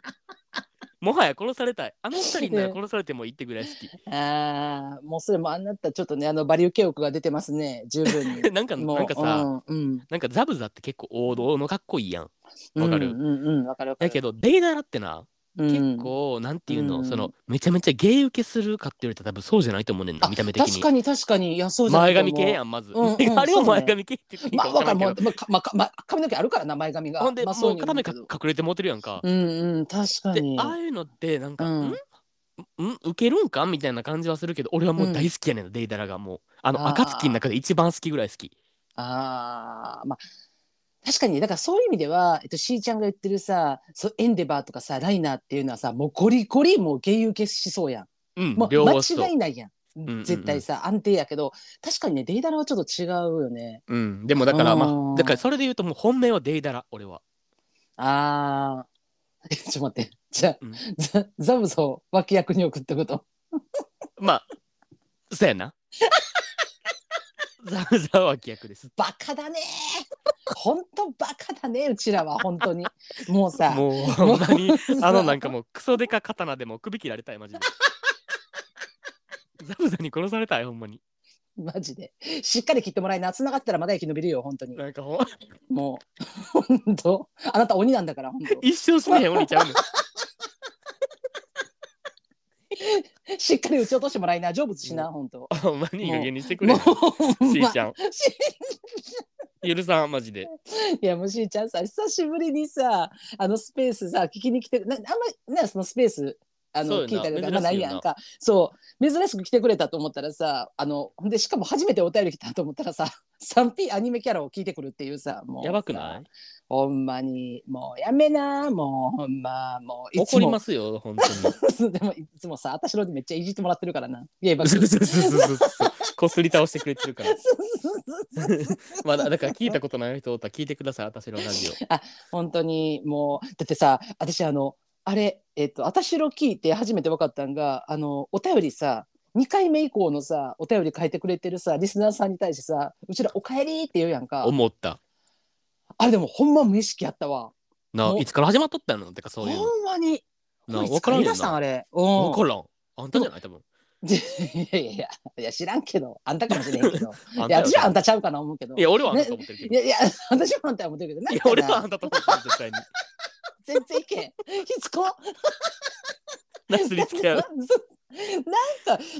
Speaker 1: もはや殺されたいあの二人なら殺されてもいいってぐらい好き、
Speaker 2: あーもうそれもあんなったちょっとねあのバリュー系欲が出てますね十分に
Speaker 1: なんか
Speaker 2: も う
Speaker 1: なんかさ、
Speaker 2: うん
Speaker 1: なんかザブザって結構王道のかっこいいやん
Speaker 2: うん、
Speaker 1: わかる
Speaker 2: うんうんうんわかるわか
Speaker 1: だ
Speaker 2: る
Speaker 1: けどデイダラってな、
Speaker 2: うん
Speaker 1: 結構なんていうの、
Speaker 2: うん
Speaker 1: そのめちゃめちゃゲイ受けするかって言われたら多分そうじゃないと思うねんな見た目的
Speaker 2: 確
Speaker 1: に
Speaker 2: かに確かにいやそうじゃな
Speaker 1: 前
Speaker 2: いと思
Speaker 1: 髪
Speaker 2: う
Speaker 1: 系やんまず、
Speaker 2: うんうん
Speaker 1: あれを前
Speaker 2: そうね
Speaker 1: 髪系って言っていい
Speaker 2: ま
Speaker 1: か
Speaker 2: あ
Speaker 1: 分
Speaker 2: わ
Speaker 1: か
Speaker 2: からる
Speaker 1: んけど
Speaker 2: もう、まあかまあかまあ、髪の毛あるからな前髪が
Speaker 1: ほんで、
Speaker 2: まあ、
Speaker 1: もう
Speaker 2: に
Speaker 1: 片目か
Speaker 2: 言うけ
Speaker 1: 隠れてもうてるやんか。
Speaker 2: どうんうん確か
Speaker 1: で
Speaker 2: に
Speaker 1: ああいうのってなんか、
Speaker 2: う
Speaker 1: ん
Speaker 2: ん
Speaker 1: ん受けるんかみたいな感じはするけど俺はもう大好きやねん、デイダラがもうあの
Speaker 2: あー
Speaker 1: 暁の中で一番好きぐらい好き
Speaker 2: ああ、まあ、確かに、だからそういう意味では、えっと、しーちゃんが言ってるさ、そうエンデバーとかさ、ライナーっていうのはさ、もうゴリゴリもう芸受けしそうやん。
Speaker 1: うん
Speaker 2: もう
Speaker 1: 両方
Speaker 2: 間
Speaker 1: そ
Speaker 2: 違
Speaker 1: う
Speaker 2: い、ないやん。
Speaker 1: んうん
Speaker 2: 絶対さ、安定やけど、確かにね、デイダラはちょっと違うよね。
Speaker 1: うん、でもだから
Speaker 2: う
Speaker 1: ま
Speaker 2: ん
Speaker 1: あだからそれで言うともう本命はデイダラ俺は
Speaker 2: ああ。え ちょっと待って。じゃあ、
Speaker 1: うん
Speaker 2: ザザブソを脇役に置くってこと。
Speaker 1: まあそうや なザウザワ脇役です
Speaker 2: バカだねー。本当バカだね、うちらは本当に。もうさ、
Speaker 1: もうほんまに
Speaker 2: もうさ
Speaker 1: あのなんかもうクソデカ刀でもう首切られたいマジ でザブザに殺されたいほんまに
Speaker 2: マジで。しっかり切ってもらいな。繋がったらまだ生き延びるよ、本当に。
Speaker 1: なんか ほん
Speaker 2: もう、本当あなた鬼なんだから、本当
Speaker 1: 一生死ねへん鬼ちゃうの
Speaker 2: しっかり打ち落としてもらいな、成仏しな、本当
Speaker 1: ほんまにいい加減にしてくれ
Speaker 2: もう、
Speaker 1: よ。
Speaker 2: ほん
Speaker 1: し
Speaker 2: ま
Speaker 1: ーちゃん。
Speaker 2: し
Speaker 1: ゆるさん、マジで。
Speaker 2: いや、もうしーちゃんさ、久しぶりにさ、あのスペースさ、聞きに来て、なあんまり、なそのスペース、あ
Speaker 1: そうよな
Speaker 2: の聞いたりとか、まあ、な
Speaker 1: 珍し
Speaker 2: い
Speaker 1: いよな
Speaker 2: やんかそう珍しく来てくれたと思ったらさあのほんでしかも初めてお便り来たと思ったらさ 3P アニメキャラを聞いてくるっていうさもう
Speaker 1: やばくない
Speaker 2: さほんまにもうやめなもうほんまもういつ
Speaker 1: 怒り
Speaker 2: も
Speaker 1: ますよ、本当 に。
Speaker 2: でもいつもさ私のでめっちゃいじってもらってるからな。ゲ イバッ
Speaker 1: そう
Speaker 2: グ
Speaker 1: そうそうそうそう。こすり倒してくれてる から。まあ、だから聞いたことない人おったら聞いてください、私のラジ
Speaker 2: 本当にもうだってさ私あのあれえっと私の聞いて初めて分かったんがあのお便りさ2回目以降のさお便り書いてくれてるさリスナーさんに対してさうちら「おかえり」って言うやん
Speaker 1: オ。
Speaker 2: か
Speaker 1: 思った。
Speaker 2: あれでもほんま無意識やったわ
Speaker 1: なあ、
Speaker 2: お
Speaker 1: いつから始まっとったのってか、そういうの。
Speaker 2: ほんまに
Speaker 1: なあ、
Speaker 2: こい
Speaker 1: わ
Speaker 2: つ
Speaker 1: からん
Speaker 2: 言い
Speaker 1: よ
Speaker 2: 出したんあ
Speaker 1: な。
Speaker 2: れ
Speaker 1: わ
Speaker 2: う
Speaker 1: からん。あんたじゃない多分。
Speaker 2: んいやいやいやいや知らんけどあんたかもしれんけど
Speaker 1: あん
Speaker 2: いや
Speaker 1: た
Speaker 2: 私はあ
Speaker 1: や
Speaker 2: んたちゃうかな思うけど
Speaker 1: いや、俺はあんたと思ってるけ
Speaker 2: い
Speaker 1: ど。い
Speaker 2: やいや、私もあんたは思ってるけど、なん
Speaker 1: や、
Speaker 2: かな
Speaker 1: 俺はあんたと思ってる、絶対に。
Speaker 2: 全然いけん。ひつこ。
Speaker 1: なすりつけ
Speaker 2: な
Speaker 1: 合
Speaker 2: ん
Speaker 1: う
Speaker 2: か。、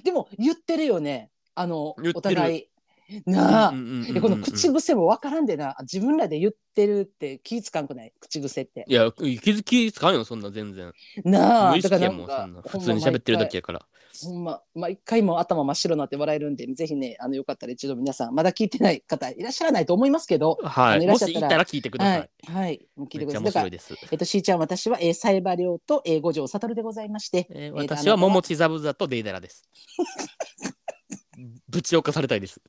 Speaker 2: でも言ってるよね。あの
Speaker 1: 言って、る
Speaker 2: お互い。なあ。
Speaker 1: うんうんうんうんうん
Speaker 2: でこの口癖もわからんでな自分らで言ってるって気ぃつかんくない口癖って
Speaker 1: いや、気づきつかんよ、そんな全然。
Speaker 2: なあ
Speaker 1: 無意識やもん、
Speaker 2: だから
Speaker 1: そ
Speaker 2: なんん
Speaker 1: な。
Speaker 2: か
Speaker 1: 普通に喋ってるだけやから。
Speaker 2: ほんま毎回もう頭真っ白になって笑えるんでぜひねあのよかったら一度皆さんまだ聞いてない方いらっしゃらないと思いますけど
Speaker 1: は
Speaker 2: あの
Speaker 1: い。
Speaker 2: いらっ
Speaker 1: も
Speaker 2: しゃっ
Speaker 1: した
Speaker 2: ら
Speaker 1: いたら聞いてくだ
Speaker 2: は
Speaker 1: さ
Speaker 2: い
Speaker 1: い。、
Speaker 2: はい、聞いて
Speaker 1: めっ
Speaker 2: く
Speaker 1: ちゃ
Speaker 2: ださい
Speaker 1: 面
Speaker 2: だか
Speaker 1: 白
Speaker 2: ら
Speaker 1: いです。
Speaker 2: えっとしーちゃん私は、えー、サイバリョウと、えー、五条悟でございまして
Speaker 1: えー
Speaker 2: えー
Speaker 1: 私は
Speaker 2: とあなたは
Speaker 1: 桃地ザブザとデイダラ です。ぶちおかされたいです。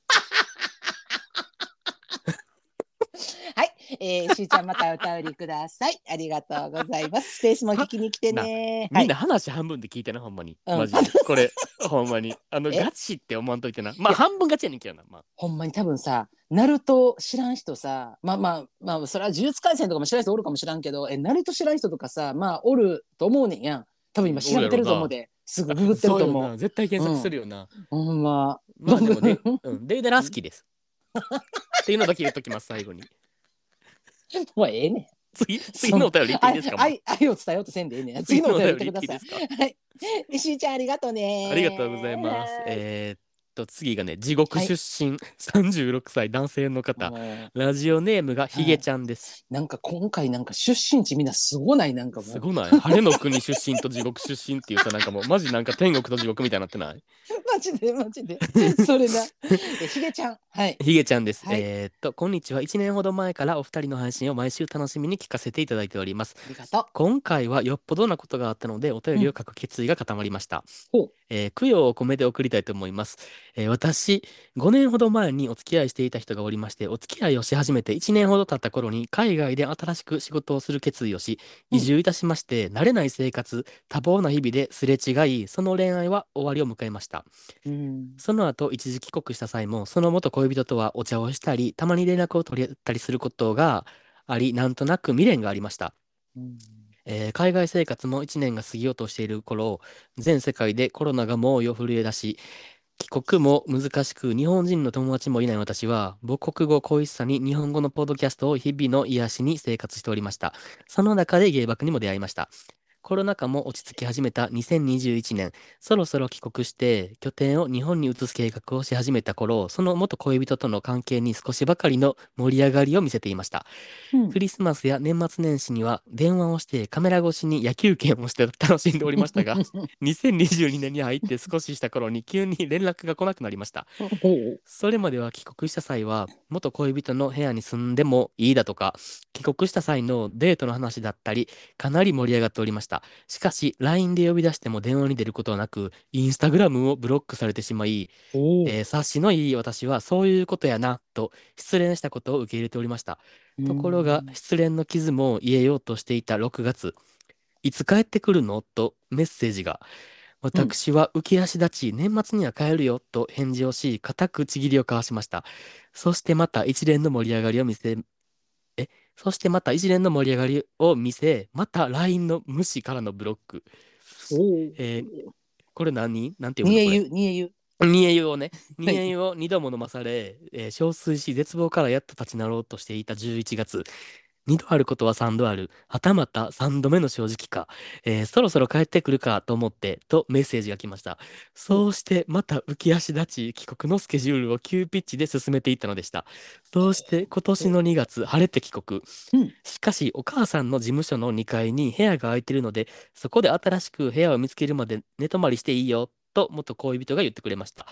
Speaker 2: はい、えー、しーちゃんまたお便りください。 ありがとうございます。スペースも聞きに来てね。は
Speaker 1: みん
Speaker 2: い、
Speaker 1: な話半分で聞いてな、ほんまに。
Speaker 2: うん
Speaker 1: マジで。こ れ、ほんまに。あの、
Speaker 2: え
Speaker 1: ガチって思わんといてな。まあ、半分ガチやねんけどな。まあ、
Speaker 2: ほんまに多分さ、ナルト知らん人さ、まあまあまあそれは呪術廻戦とかも知らん人おるかもしらんけど、えナルト知らん人とかさ、まあおると思うねんやん。多分今調べてると思うで、すぐググってると
Speaker 1: そうよ
Speaker 2: 思う。
Speaker 1: な絶対検索するよな。
Speaker 2: ほんま。
Speaker 1: まあ、でもね、うん、デイダラ好きです。っていうのだけ言っときます、最後に。
Speaker 2: もうええねん。
Speaker 1: 次、次のお便り言っていいですかもう
Speaker 2: 愛愛を伝えようとせんでええねん。次のお便り言ってくださ
Speaker 1: 次のお便り言っていいですか
Speaker 2: い。はい。えしーちゃんありがとうね。
Speaker 1: ありがとうございます。えーっと、次がね、地獄出身、36歳男性の方。
Speaker 2: もう
Speaker 1: ラジオネームがひげちゃんです。
Speaker 2: なんか今回なんか出身地みんなすごないなんかもう
Speaker 1: すごない晴れの国出身と地獄出身っていうさ、なんかもう、マジなんか天国と地獄みたいになってない
Speaker 2: マジでマ ジでそれなえひげちゃんはい
Speaker 1: ひげちゃんです。
Speaker 2: はい
Speaker 1: えーっと、こんにちは。1年ほど前からお二人の配信を毎週楽しみに聞かせていただいております。
Speaker 2: ありがと
Speaker 1: 今回はよっぽどなことがあったのでお便りを書く決意が固まりました、
Speaker 2: ほう
Speaker 1: えー供養を込めて送りたいと思います、えー私5年ほど前にお付き合いしていた人がおりましてお付き合いをし始めて1年ほど経った頃に海外で新しく仕事をする決意をし
Speaker 2: うん
Speaker 1: 移住いたしまして、慣れない生活多忙な日々ですれ違いその恋愛は終わりを迎えました
Speaker 2: う、うん、
Speaker 1: その後一時帰国した際もその元恋人とはお茶をしたりたまに連絡を取り合ったりすることがありなんとなく未練がありました
Speaker 2: うん
Speaker 1: えー海外生活も1年が過ぎようとしている頃全世界でコロナが猛威を振るい出し帰国も難しく日本人の友達もいない私は母国語恋しさに日本語のポッドキャストを日々の癒しに生活しておりましたその中で芸爆にも出会いましたコロナ禍も落ち着き始めた2021年そろそろ帰国して拠点を日本に移す計画をし始めた頃その元恋人との関係に少しばかりの盛り上がりを見せていましたクリスマスや年末年始には電話をしてカメラ越しに野球券をして楽しんでおりま したが2022年に入って少しした頃に急に連絡が来なくなりました
Speaker 2: おう
Speaker 1: それまでは帰国した際は元恋人の部屋に住んでもいいだとか帰国した際のデートの話だったりかなり盛り上がっておりましたしかし LINE で呼び出しても電話に出ることはなくインスタグラムをブロックされてしまい
Speaker 2: おう
Speaker 1: えー察しのいい私はそういうことやなと失恋したことを受け入れておりましたところが失恋の傷も癒えようとしていた6月「いつ帰ってくるの?」とメッセージが「私は浮き足立ち年末には帰るよ」と返事をし固くちぎりを交わしましたそしてまた一連の盛り上がりを見せえそしてまた一連の盛り上がりを見せまた LINE の無視からのブロック
Speaker 2: おう
Speaker 1: えーこれ何なんていう
Speaker 2: にえ
Speaker 1: のこれ
Speaker 2: ゆにえゆ
Speaker 1: 煮え湯を ね、
Speaker 2: い
Speaker 1: 煮え湯を2度も飲まされ、えー憔悴し絶望からやっと立ち直ろうとしていた11月、二度あることは三度ある。はたまた三度目の正直か。えーそろそろ帰ってくるかと思って、とメッセージが来ました。そうしてまた浮き足立ち、帰国のスケジュールを急ピッチで進めていったのでした。そうして今年の2月、晴れて帰国。
Speaker 2: うん
Speaker 1: しかし、お母さんの事務所の2階に部屋が空いてるので、そこで新しく部屋を見つけるまで寝泊まりしていいよ。と元恋人が言ってくれました。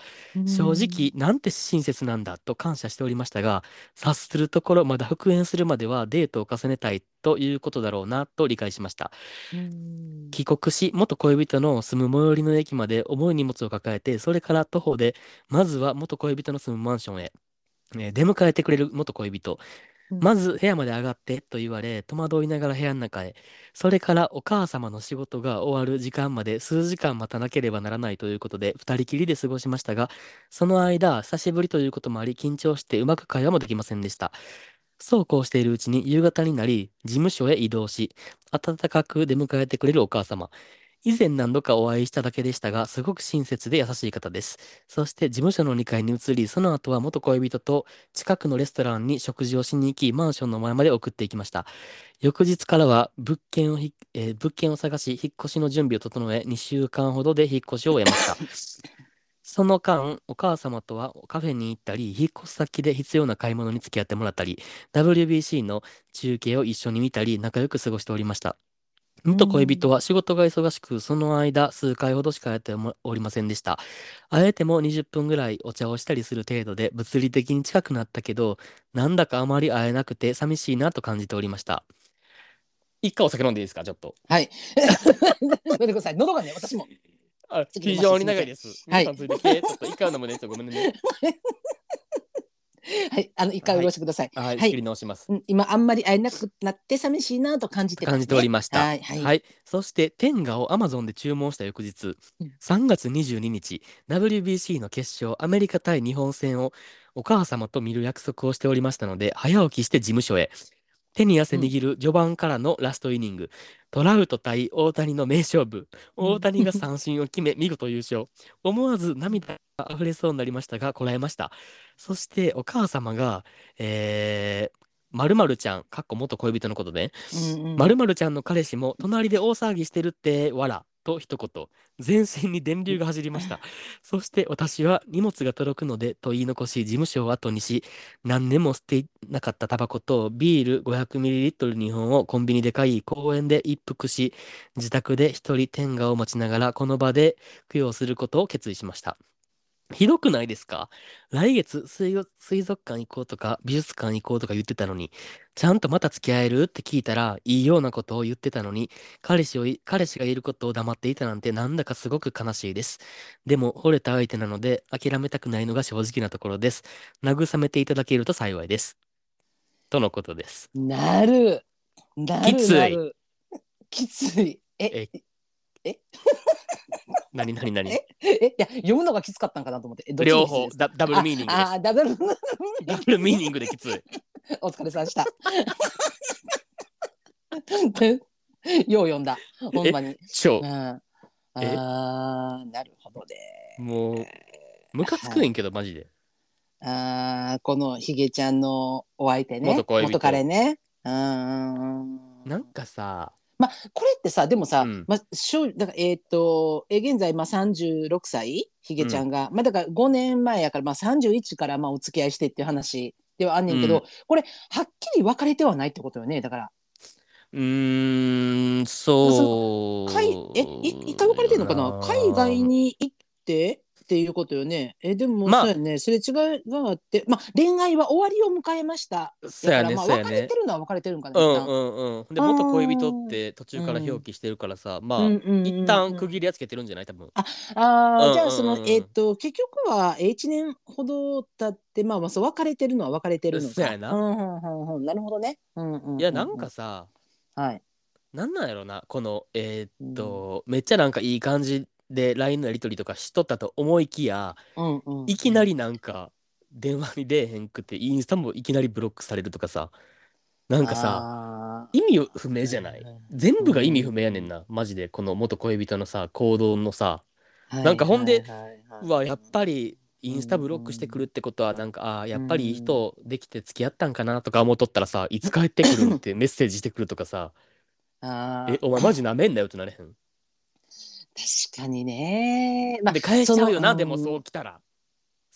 Speaker 1: 正直、なんて親切なんだと感謝しておりましたが、察するところ、まだ復縁するまではデートを重ねたいということだろうなと理解しました。
Speaker 2: うん
Speaker 1: 帰国し、元恋人の住む最寄りの駅まで重い荷物を抱えて、それから徒歩で、まずは元恋人の住むマンションへ。えー出迎えてくれる元恋人。
Speaker 2: うん
Speaker 1: まず部屋まで上がってと言われ、戸惑いながら部屋の中へ。それからお母様の仕事が終わる時間まで数時間待たなければならないということで、二人きりで過ごしましたが、その間、久しぶりということもあり、緊張してうまく会話もできませんでした。そうこうしているうちに夕方になり、事務所へ移動し、温かく出迎えてくれるお母様。以前何度かお会いしただけでしたが、すごく親切で優しい方です。そして事務所の2階に移り、その後は元恋人と近くのレストランに食事をしに行き、マンションの前まで送っていきました。翌日からは物件をひ、えー物件を探し、引っ越しの準備を整え、2週間ほどで引っ越しを終えました。その間、お母様とはカフェに行ったり、引っ越し先で必要な買い物に付き合ってもらったり、WBC の中継を一緒に見たり、仲良く過ごしておりました。元恋人は仕事が忙しく、その間数回ほどしかやっておりませんでした。あえても20分ぐらいお茶をしたりする程度で物理的に近くなったけど、なんだかあまり会えなくて寂しいなと感じておりました。一回お酒飲んでいいですか、ちょっと。
Speaker 2: はい。ごめんなさい。喉がね、私も。
Speaker 1: あ非
Speaker 2: 次行きましょう
Speaker 1: 常に長いです。
Speaker 2: は
Speaker 1: 皆
Speaker 2: い
Speaker 1: さんついてきて、ちょっと一回飲むね、ちょっとごめんね。
Speaker 2: はい。あの、一回お許しください。
Speaker 1: はい、
Speaker 2: はい
Speaker 1: 仕切り直します。
Speaker 2: うん今、あんまり会えなくなって寂しいなと感じてますね
Speaker 1: 感じておりました。
Speaker 2: はい。はい。
Speaker 1: はい、そして天下を Amazon で注文した翌日
Speaker 2: うん
Speaker 1: 3月22日 WBC の決勝アメリカ対日本戦をお母様と見る約束をしておりましたので早起きして事務所へ手に汗握る序盤からのラストイニング、トラウト対大谷の名勝負大谷が三振を決め見事優勝思わず涙が溢れそうになりましたがこらえましたそしてお母様がえー〇〇ちゃん、かっこ元恋人のことね、
Speaker 2: うんうん
Speaker 1: まるまるちゃんの彼氏も隣で大騒ぎしてるってわらと一言全身に電流が走りま したそして私は荷物が届くのでと言い残し事務所を後にし何年も捨ていなかったタバコとビール 500ml2 本をコンビニで買い公園で一服し自宅で一人天下を待ちながらこの場で供養することを決意しましたひどくないですか来月水よ水族館行こうとか美術館行こうとか言ってたのにちゃんとまた付き合えるって聞いたらいいようなことを言ってたのに彼氏をい彼氏がいることを黙っていたなんてなんだかすごく悲しいですでも惚れた相手なので諦めたくないのが正直なところです慰めていただけると幸いですとのことです
Speaker 2: なる。なる。
Speaker 1: きつい
Speaker 2: なる。きつい。え、
Speaker 1: 何何何
Speaker 2: え、いや、読むのがきつかったんかなと思って。えどっち
Speaker 1: 両
Speaker 2: がきつ
Speaker 1: 方
Speaker 2: いです
Speaker 1: ダダブルミーニング
Speaker 2: あ
Speaker 1: で す
Speaker 2: あー、ダブル。
Speaker 1: ダブルミーニングできつい
Speaker 2: お疲れさんでした。 よう読んだ。ほんまに。
Speaker 1: 超
Speaker 2: うん。あ
Speaker 1: え
Speaker 2: あ、なるほどで。
Speaker 1: もうムカつくんけどマジで
Speaker 2: ああ、このひげちゃんのお相手ね。
Speaker 1: 元恋人
Speaker 2: 元彼ね。うんうんうん。
Speaker 1: なんかさ
Speaker 2: まあこれってさでもさ、
Speaker 1: うん
Speaker 2: まあ正だからえーっ、とえー現在まあ36歳ひげちゃんが、まあだから5年前やからまあ31からまあお付き合いしてっていう話ではあんねんけど、
Speaker 1: うん
Speaker 2: これはっきり別れてはないってことよねだから
Speaker 1: うーんそう
Speaker 2: 海えい一回別れてんのかな海外に行ってっていうことよねえでも、
Speaker 1: まあ
Speaker 2: そうやねすれ違いがあってまあ恋愛は終わりを迎えました
Speaker 1: そうやね
Speaker 2: まあ
Speaker 1: そうや
Speaker 2: 別れ
Speaker 1: ね
Speaker 2: てるのは別れてるんかな、
Speaker 1: う
Speaker 2: 一
Speaker 1: ん
Speaker 2: 旦
Speaker 1: うんうんで
Speaker 2: あー
Speaker 1: 元恋人って途中から表記してるからさまあ
Speaker 2: うんうんうんうん
Speaker 1: 一旦区切りはつけてるんじゃない多分
Speaker 2: あ
Speaker 1: う
Speaker 2: あ、
Speaker 1: ん
Speaker 2: じゃあそ
Speaker 1: う
Speaker 2: の、
Speaker 1: ん
Speaker 2: えっと、結局は、えー、1年ほど経って、まあまあ、そう、別れてるのは別れてるのか。
Speaker 1: そうやな
Speaker 2: うんうんうんうん、なるほどね。うんうんう
Speaker 1: いやなんか、さ
Speaker 2: はい。
Speaker 1: なんなんやろなこのえーっとめっちゃなんかいい感じで LINE のやり取りとかしとったと思いきや
Speaker 2: うんうん、
Speaker 1: いきなりなんか電話に出えへんくてインスタもいきなりブロックされるとかさなんかさ
Speaker 2: さ、
Speaker 1: 意味不明じゃない
Speaker 2: はいはい
Speaker 1: 全部が意味不明やねんなマジでこの元恋人のさ行動のさ
Speaker 2: な
Speaker 1: なんかほんで
Speaker 2: はいう
Speaker 1: わやっぱりインスタブロックしてくるってことはなんか、ああやっぱり
Speaker 2: うん
Speaker 1: 人できて付き合ったんかなとか思っとったらさいつ帰ってくるんってメッセージしてくるとかさ
Speaker 2: あー
Speaker 1: えお前マジなめんなよってなれへん
Speaker 2: 確かにね。まあ、
Speaker 1: で返しちゃうよな
Speaker 2: その
Speaker 1: でも
Speaker 2: うん
Speaker 1: そう来たら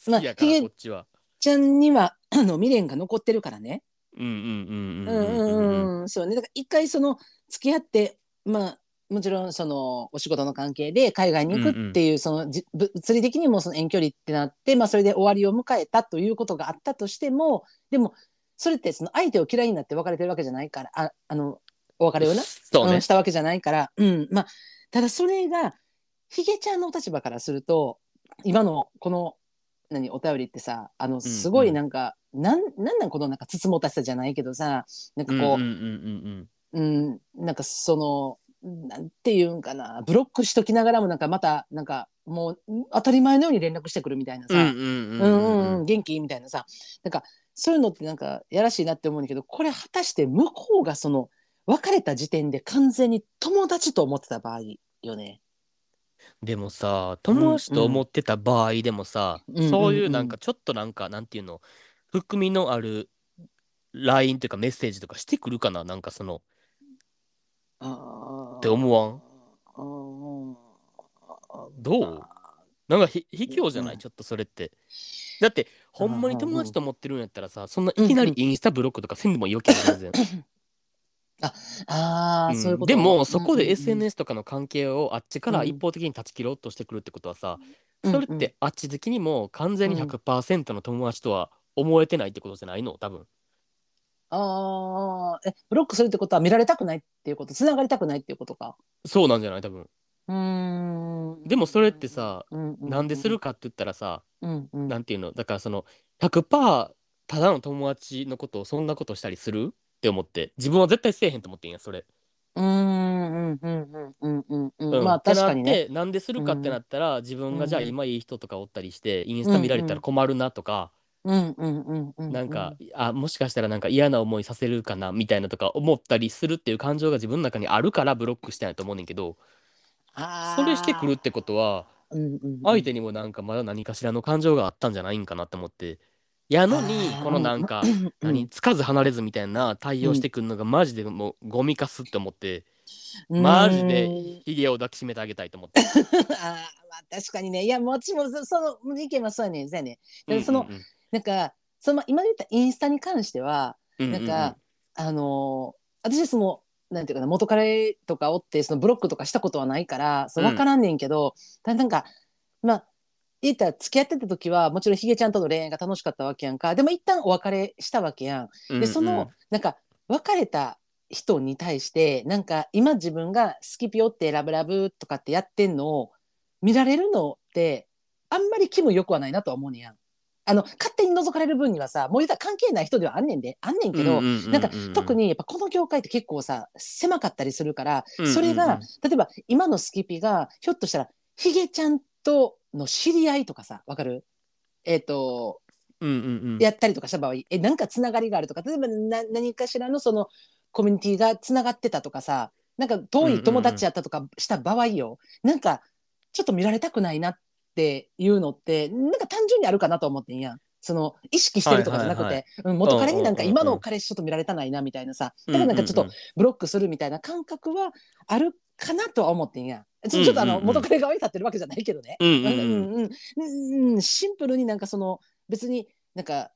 Speaker 2: ま
Speaker 1: 好
Speaker 2: あ
Speaker 1: きやから
Speaker 2: ひげ
Speaker 1: こっちは
Speaker 2: ちゃんには、あの未練が残ってるからね。
Speaker 1: うんうんうん
Speaker 2: うん
Speaker 1: うんうんうん
Speaker 2: う
Speaker 1: うん
Speaker 2: んうん、そうね。だから一回その付き合って、まあもちろんそのお仕事の関係で海外に行くっていうそのじぶ物理的にもその遠距離ってなって、まあそれで終わりを迎えたということがあったとしても、でもそれってその相手を嫌いになって別れてるわけじゃないから、ああのお別れをな、
Speaker 1: そう
Speaker 2: う
Speaker 1: ね
Speaker 2: んしたわけじゃないから、うん、まあただそれがひげちゃんの立場からすると今のこの何お便りってさあのすごいなんか、なんなんなんこのなんかつつもたしさじゃないけどさなんかこ
Speaker 1: うんうん
Speaker 2: う、
Speaker 1: うん
Speaker 2: うんなんかそのなんていうんかなブロックしときながらもなんかまたなんかもう当たり前のように連絡してくるみたいなさ、
Speaker 1: うんうん
Speaker 2: う
Speaker 1: うんん
Speaker 2: う
Speaker 1: うん
Speaker 2: んうん、元気みたいなさなんかそういうのってなんかやらしいなって思うんだけどこれ果たして向こうがその別れた時点で完全に友達と思ってた場合よね。
Speaker 1: でもさ友達と思ってた場合でもさ、
Speaker 2: うんうん
Speaker 1: そういうなんかちょっとなんかなんていうの含みのある LINE というかメッセージとかしてくるかななんかその
Speaker 2: っ
Speaker 1: って思わんどうなんかひ卑怯じゃない、
Speaker 2: うん
Speaker 1: ちょっとそれってだってほんまに友達と思ってるんやったらさそんないきなりインスタブロックとかせんでもいいわけよ 全然、
Speaker 2: あー
Speaker 1: うん
Speaker 2: そういうこと
Speaker 1: でもそこ
Speaker 2: うん
Speaker 1: で
Speaker 2: うんうん
Speaker 1: SNS とかの関係をあっちから一方的に断ち切ろうとしてくるってことはさ、それ
Speaker 2: う
Speaker 1: っ
Speaker 2: んうん
Speaker 1: てあっち好きにも完全に
Speaker 2: うん
Speaker 1: 100%の友達とは思えてないってことじゃないの多分
Speaker 2: あーえブロックするってことは見られたくないっていうことつながりたくないっていうことか。
Speaker 1: そうなんじゃない多分
Speaker 2: うーん
Speaker 1: でもそれってさ、
Speaker 2: ううう
Speaker 1: なんでするかって言ったらさ、
Speaker 2: うんうん
Speaker 1: なんていうのだからその100%ただの友達のことをそんなことしたりするって思って自分は絶対せえへんと思ってんやそれ。
Speaker 2: うんうんうんうんうんうんう
Speaker 1: うんん
Speaker 2: まあ
Speaker 1: って
Speaker 2: 確
Speaker 1: な
Speaker 2: かに
Speaker 1: っ
Speaker 2: ね。
Speaker 1: てなんでするかってなったら、自分がじゃあ
Speaker 2: うん
Speaker 1: 今いい人とかおったりして、インスタ見られたら困るなとか、
Speaker 2: うんうんうんうんう
Speaker 1: なんか、あもしかしたらなんか嫌な思いさせるかなみたいなとか思ったりするっていう感情が自分の中にあるからブロックしてないと思うねんけど
Speaker 2: あー
Speaker 1: それしてくるってことは
Speaker 2: うんうんうん
Speaker 1: 相手にもなんかまだ何かしらの感情があったんじゃないんかなって思って。やのに
Speaker 2: あー
Speaker 1: このなんか
Speaker 2: うんうん
Speaker 1: 何つかず離れずみたいな対応してくるのがマジでもうゴミかすって思ってマジで
Speaker 2: うーん
Speaker 1: ヒゲを抱きしめてあげたいと思って。
Speaker 2: あーまあ確かにねいやもちろんそその意見はそうやねんそうやねでもその
Speaker 1: うんうんうん
Speaker 2: なんかそのまあ今言ったインスタに関してはなんか、あのー私そのなんていうかな元彼とかおってそのブロックとかしたことはないからそう
Speaker 1: うん
Speaker 2: 分からんねんけど、ただなんかまあ言ったら付き合ってた時はもちろんひげちゃんとの恋愛が楽しかったわけやんかでも一旦お別れしたわけやん。
Speaker 1: うんうん
Speaker 2: でその、なんか別れた人に対してなんか今自分がスキピオってラブラブとかってやってんのを見られるのってあんまり気分良くはないなとは思うねやん。あの勝手に覗かれる分にはさもう言ったら関係ない人ではあんねんであんねんけど、なんか特、にやっぱこの業界って結構さ狭かったりするから、
Speaker 1: うんうんうん
Speaker 2: それが例えば今のスキピがひょっとしたらヒゲちゃんとの知り合いとかさわかるえっ、と
Speaker 1: うんうんうん、
Speaker 2: やったりとかした場合えなんかつながりがあるとか例えばな何かしらのそのコミュニティがつながってたとかさなんか遠い友達やったとかした場合よ、なんかちょっと見られたくないなっていうのってなんか単純にあるかなと思ってんやん。その意識してるとかじゃなく
Speaker 1: はいはい
Speaker 2: てうん元彼になんか
Speaker 1: うんうんうん
Speaker 2: 今の彼氏ちょっと見られたないなみたいなさ
Speaker 1: う
Speaker 2: だ
Speaker 1: うう
Speaker 2: からなんかちょっと、ブロックするみたいな感覚はあるかなとは思ってんやち
Speaker 1: う
Speaker 2: ょ
Speaker 1: ん
Speaker 2: ちょっとあ
Speaker 1: う
Speaker 2: の、
Speaker 1: んうん
Speaker 2: 元彼側に立ってるわけじゃないけどね
Speaker 1: うん
Speaker 2: う
Speaker 1: うん
Speaker 2: んう
Speaker 1: うん
Speaker 2: んうんうんうんシンプルになんかその別になんか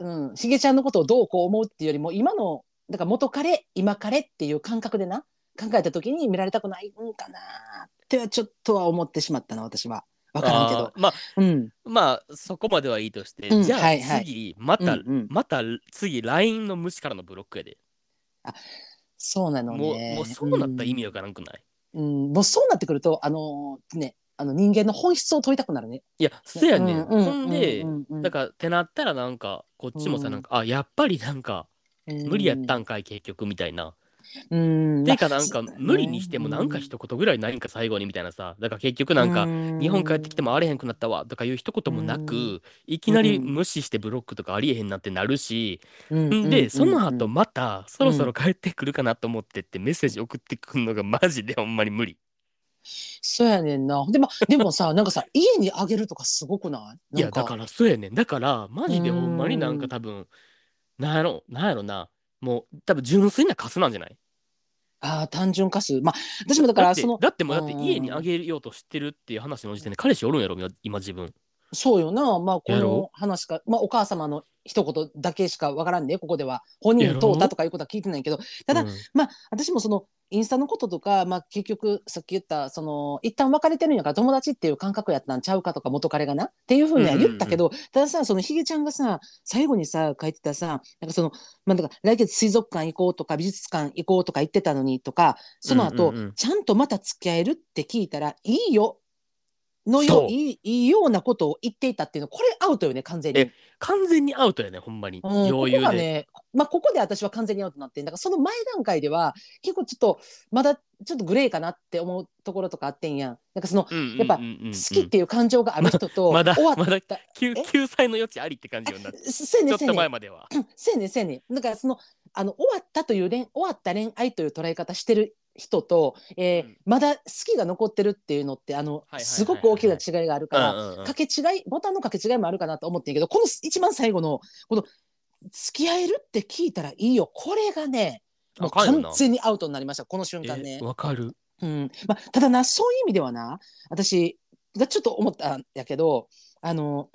Speaker 2: うんしげちゃんのことをどうこう思うっていうよりも今のだから元彼今彼っていう感覚でな考えた時に見られたくないんかなってはちょっとは思ってしまったな私は分からんけど
Speaker 1: あーまあ
Speaker 2: うん
Speaker 1: まあそこまではいいとして、
Speaker 2: うん
Speaker 1: じゃあ
Speaker 2: はいはい
Speaker 1: 次また、
Speaker 2: うんうん
Speaker 1: また次 LINE の無視からのブロックやで、
Speaker 2: そうなの
Speaker 1: もう
Speaker 2: ね
Speaker 1: もうそうなったら意味わからんくない、
Speaker 2: うん、うんもうそうなってくるとあのねあの人間の本質を問いたくなるね
Speaker 1: いやそやねん、
Speaker 2: う
Speaker 1: ほんで、
Speaker 2: ううん
Speaker 1: だからってなったらなんかこっちもさ、
Speaker 2: うん
Speaker 1: なんかあやっぱりなんか無理やったんかい結局みたいな、
Speaker 2: うん
Speaker 1: てかなん
Speaker 2: そ
Speaker 1: か
Speaker 2: うだね
Speaker 1: 無理にしてもなんか一言ぐらいないんか最後にみたいなさだから結局なんか、
Speaker 2: うん
Speaker 1: 日本帰ってきても会われへんくなったわとかいう一言もなく、
Speaker 2: うん
Speaker 1: いきなり無視してブロックとかありえへんなってなるし、
Speaker 2: うん
Speaker 1: んでその後またそろそろ帰ってくるかなと思ってってメッセージ送ってくるのがマジでほんまに無理。
Speaker 2: そうやねんな。 でも、でもさ、なんかさ、家にあげるとかすごくな
Speaker 1: い
Speaker 2: いな
Speaker 1: や
Speaker 2: んか
Speaker 1: だからそうやねんだからマジでほんまになん
Speaker 2: うー
Speaker 1: か
Speaker 2: ん
Speaker 1: 多分なんやろなんやろなもう多分純粋なカスなんじゃない
Speaker 2: ああ、単純化数。まあ、私もだから、
Speaker 1: って
Speaker 2: その、
Speaker 1: だってもうだって
Speaker 2: うん
Speaker 1: 家にあげようとしてるっていう話の時点で彼氏おるんやろ今今自分
Speaker 2: そうよな。まあ、こ
Speaker 1: や
Speaker 2: の
Speaker 1: ろ
Speaker 2: 話か、まあ、お母様の一言だけしかわからんね、ここでは。本人
Speaker 1: や
Speaker 2: に
Speaker 1: ろ
Speaker 2: 通ったとかいうことは聞いてないけど、ただ
Speaker 1: うん
Speaker 2: まあ、私もその、インスタのこととか、まあ、結局、さっき言った、その、一旦別れてるんやから友達っていう感覚やったんちゃうかとか、元彼がな、っていうふうには言ったけど、たださ、そのひげちゃんがさ、最後にさ、書いてたさ、なんかその、まあ、だから来月水族館行こうとか、美術館行こうとか言ってたのにとか、その後、
Speaker 1: うんうんうん
Speaker 2: ちゃんとまた付き合えるって聞いたら、いいよ、のよ
Speaker 1: そう
Speaker 2: いい、いいようなことを言っていたっていうの、これアウトよね、完全に。
Speaker 1: え完全にアウトやねほんまに
Speaker 2: うん、こ
Speaker 1: 余
Speaker 2: こ
Speaker 1: 裕
Speaker 2: が
Speaker 1: で
Speaker 2: ね、まあ、ここで私は完全にアウトになってんだからその前段階では結構ちょっとまだちょっとグレーかなって思うところとかあってんやんなんかそのやっぱ好
Speaker 1: 好
Speaker 2: きっていう感情がある人と
Speaker 1: まだ
Speaker 2: 終わった、
Speaker 1: まだ救
Speaker 2: え
Speaker 1: 救済の余地ありって感じようになって
Speaker 2: せや
Speaker 1: ち
Speaker 2: ね
Speaker 1: ょ
Speaker 2: ん
Speaker 1: っ
Speaker 2: せや
Speaker 1: と
Speaker 2: ね
Speaker 1: 前
Speaker 2: ん
Speaker 1: までは
Speaker 2: せやねんせやねんだからそのあの終わったという恋終わった恋愛という捉え方してる人と、えー
Speaker 1: うん
Speaker 2: まだ好きが残ってるっていうのってあの
Speaker 1: いはいはいはい
Speaker 2: すごく大きな違いがあるから
Speaker 1: うんうんうん
Speaker 2: かけ違いボタンのかけ違いもあるかなと思ってんけどこの一番最後のこの「付き合えるって聞いたらいいよ」これがねもう
Speaker 1: あかんよ
Speaker 2: 完
Speaker 1: な
Speaker 2: 全にアウトになりましたこの瞬間ね
Speaker 1: え。わかる
Speaker 2: うんまあ、ただなそういう意味ではな私がちょっと思ったんやけどあの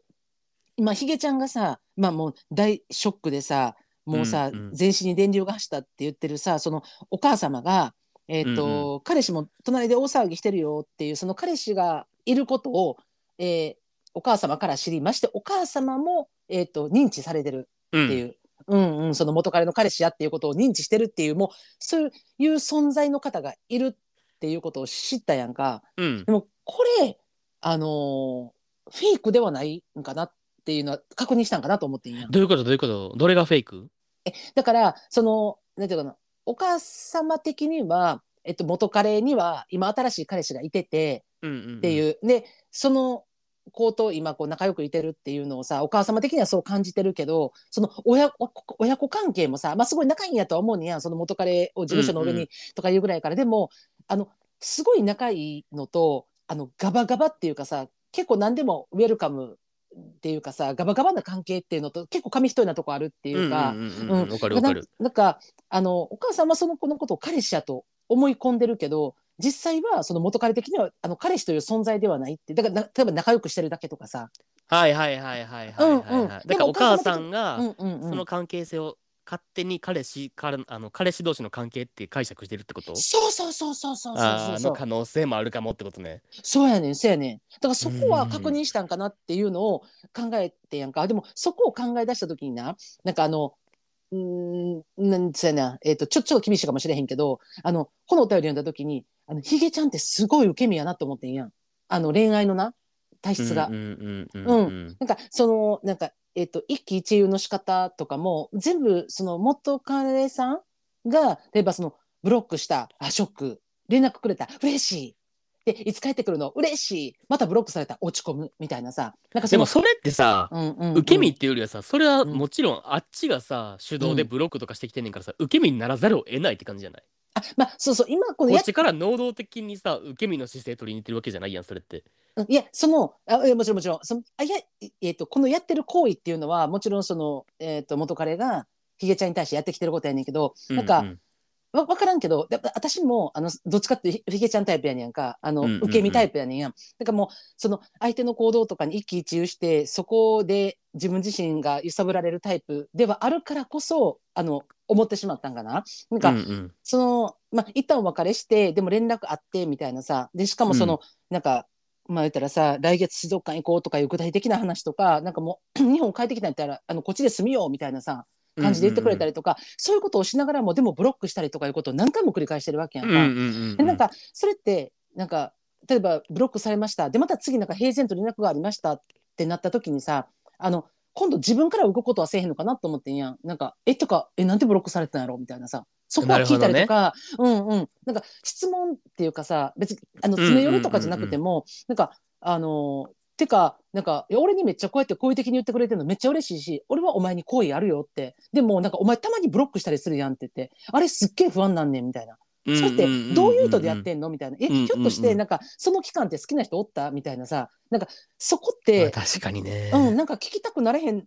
Speaker 2: 今ひげちゃんがさ、まあ、もう大ショックでさもうさ、
Speaker 1: うんうん
Speaker 2: 全身に電流が走ったって言ってるさそのお母様が、えーと彼氏も隣で大騒ぎしてるよっていうその彼氏がいることを、えーお母様から知りましてお母様も、えー、と認知されてる
Speaker 1: うん
Speaker 2: っていう、うん、うんその元彼の彼氏やっていうことを認知してるっていう、もう、そういう存在の方がいるっていうことを知ったやんか。
Speaker 1: うん
Speaker 2: でも、これ、あのーフェイクではないんかなっていうのは確認したんかなと思ってんやん。
Speaker 1: どういうことどういうことどれがフェイク
Speaker 2: だから、その、なんていうかな、お母様的には、えっと、元彼には今新しい彼氏がいてて
Speaker 1: っ
Speaker 2: って
Speaker 1: う
Speaker 2: いう、でその子と今こう仲良くいてるっていうのをさお母様的にはそう感じてるけどその親子親子関係もさ、まあ、すごい仲いいんやとは思うにやんその元彼を事務所の上
Speaker 1: うんう
Speaker 2: にとかいうぐらいから、でもあのすごい仲いいのとあのガバガバっていうかさ結構何でもウェルカムっていうかさガバガバな関係っていうのと結構紙一重なとこあるっていうか。
Speaker 1: んうんうんうん
Speaker 2: う
Speaker 1: わかるわかる
Speaker 2: ななんかあのお母さんはその子のことを彼氏やと思い込んでるけど実際はその元彼的にはあの彼氏という存在ではないってだからな例えば仲良くしてるだけとかさ、
Speaker 1: はいはいはいはいはいはいはい、
Speaker 2: うんうん
Speaker 1: だ
Speaker 2: で
Speaker 1: から
Speaker 2: も
Speaker 1: お
Speaker 2: お
Speaker 1: 母
Speaker 2: 母
Speaker 1: さ
Speaker 2: さ
Speaker 1: ん
Speaker 2: ん
Speaker 1: が
Speaker 2: うんうんうん
Speaker 1: その関係性を勝手に彼氏からあの彼氏同士の関係って解釈してるってこと
Speaker 2: そうそうそうそうそうそ
Speaker 1: あ
Speaker 2: う
Speaker 1: ー
Speaker 2: そ
Speaker 1: の
Speaker 2: う
Speaker 1: 可能性もあるかもってことね。
Speaker 2: そうやねんそうやねんだからそこ
Speaker 1: う
Speaker 2: は
Speaker 1: ん
Speaker 2: 確認したんかなっていうのを考えてやんかでもそこを考え出した時にななんかあのうーんなんつうやな、えっとちょちょっと厳しいかもしれへんけどあのこのお便り読んだ時にあのヒゲちゃんってすごい受け身やなと思ってんやんあの恋愛のな体質が。
Speaker 1: うんうんうんうん
Speaker 2: なんかそのなんか、えっと一喜一憂の仕方とかも全部その元カレさんが例えばそのブロックしたあショック連絡くれた嬉しいでいつ帰ってくるの嬉しいまたブロックされた落ち込むみたいなさなんか
Speaker 1: で
Speaker 2: その
Speaker 1: もそれってさ、
Speaker 2: うんうんうん
Speaker 1: 受け身っていうよりはさそれは
Speaker 2: うん
Speaker 1: もちろんあっちがさ手動で
Speaker 2: うん
Speaker 1: ブロックとかしてきてんねんからさ受け身にならざるを得ないって感じじゃない、
Speaker 2: あまあそうそう今この
Speaker 1: こ
Speaker 2: や
Speaker 1: っちから能動的にさ受け身の姿勢取りに行ってるわけじゃないやんそれって。
Speaker 2: うんいやそのあいやもちろんもちろんそのあいや、えっとこのやってる行為っていうのはもちろんその、えっと元カレがヒゲちゃんに対してやってきてることやねんけどなんか
Speaker 1: うう
Speaker 2: わ分からんけどだ私もあのどっちかっていうとひげちゃんタイプやねんかあの、
Speaker 1: うんうんうん
Speaker 2: 受け身タイプやねんやんだからもうその相手の行動とかに一喜一憂してそこで自分自身が揺さぶられるタイプではあるからこそあの思ってしまったんかななんか、
Speaker 1: うんうん
Speaker 2: そのまあ一旦お別れしてでも連絡あってみたいなさでしかもその、なんかまあ言ったらさ来月水族館行こうとかいう具体的な話とかなんかもう 日本帰ってきたんやったらあのこっちで住みようみたいなさ感じで言ってくれたりとか、そういうことをしながらもでもブロックしたりとかいうことを何回も繰り返してるわけやん
Speaker 1: う
Speaker 2: か。
Speaker 1: んうんうん
Speaker 2: でなんかそれってなんか例えばブロックされましたでまた次なんか平然と連絡がありましたってなった時にさあの今度自分から動くことはせえへんのかなと思ってんやんなんかえとかえなんでブロックされてたんやろみたいなさそこは聞いたりとか、うんうんなんか質問っていうかさ別にあの詰め寄るとかじゃなくても、なんかあのてかなんかいや俺にめっちゃこうやって好意的に言ってくれてるのめっちゃ嬉しいし俺はお前に好意あるよってでもなんかお前たまにブロックしたりするやんって言ってあれすっげえ不安なんねんみたいな
Speaker 1: うん
Speaker 2: それって
Speaker 1: んんんん
Speaker 2: どういう意図でやってんのみたいな。え、
Speaker 1: うんうんうん
Speaker 2: ひょっとして、なんか、その期間って好きな人おったみたいなさ、なんか、そこっ
Speaker 1: まあ
Speaker 2: て、
Speaker 1: 確かにね。
Speaker 2: うん、なんか聞きたくなれへん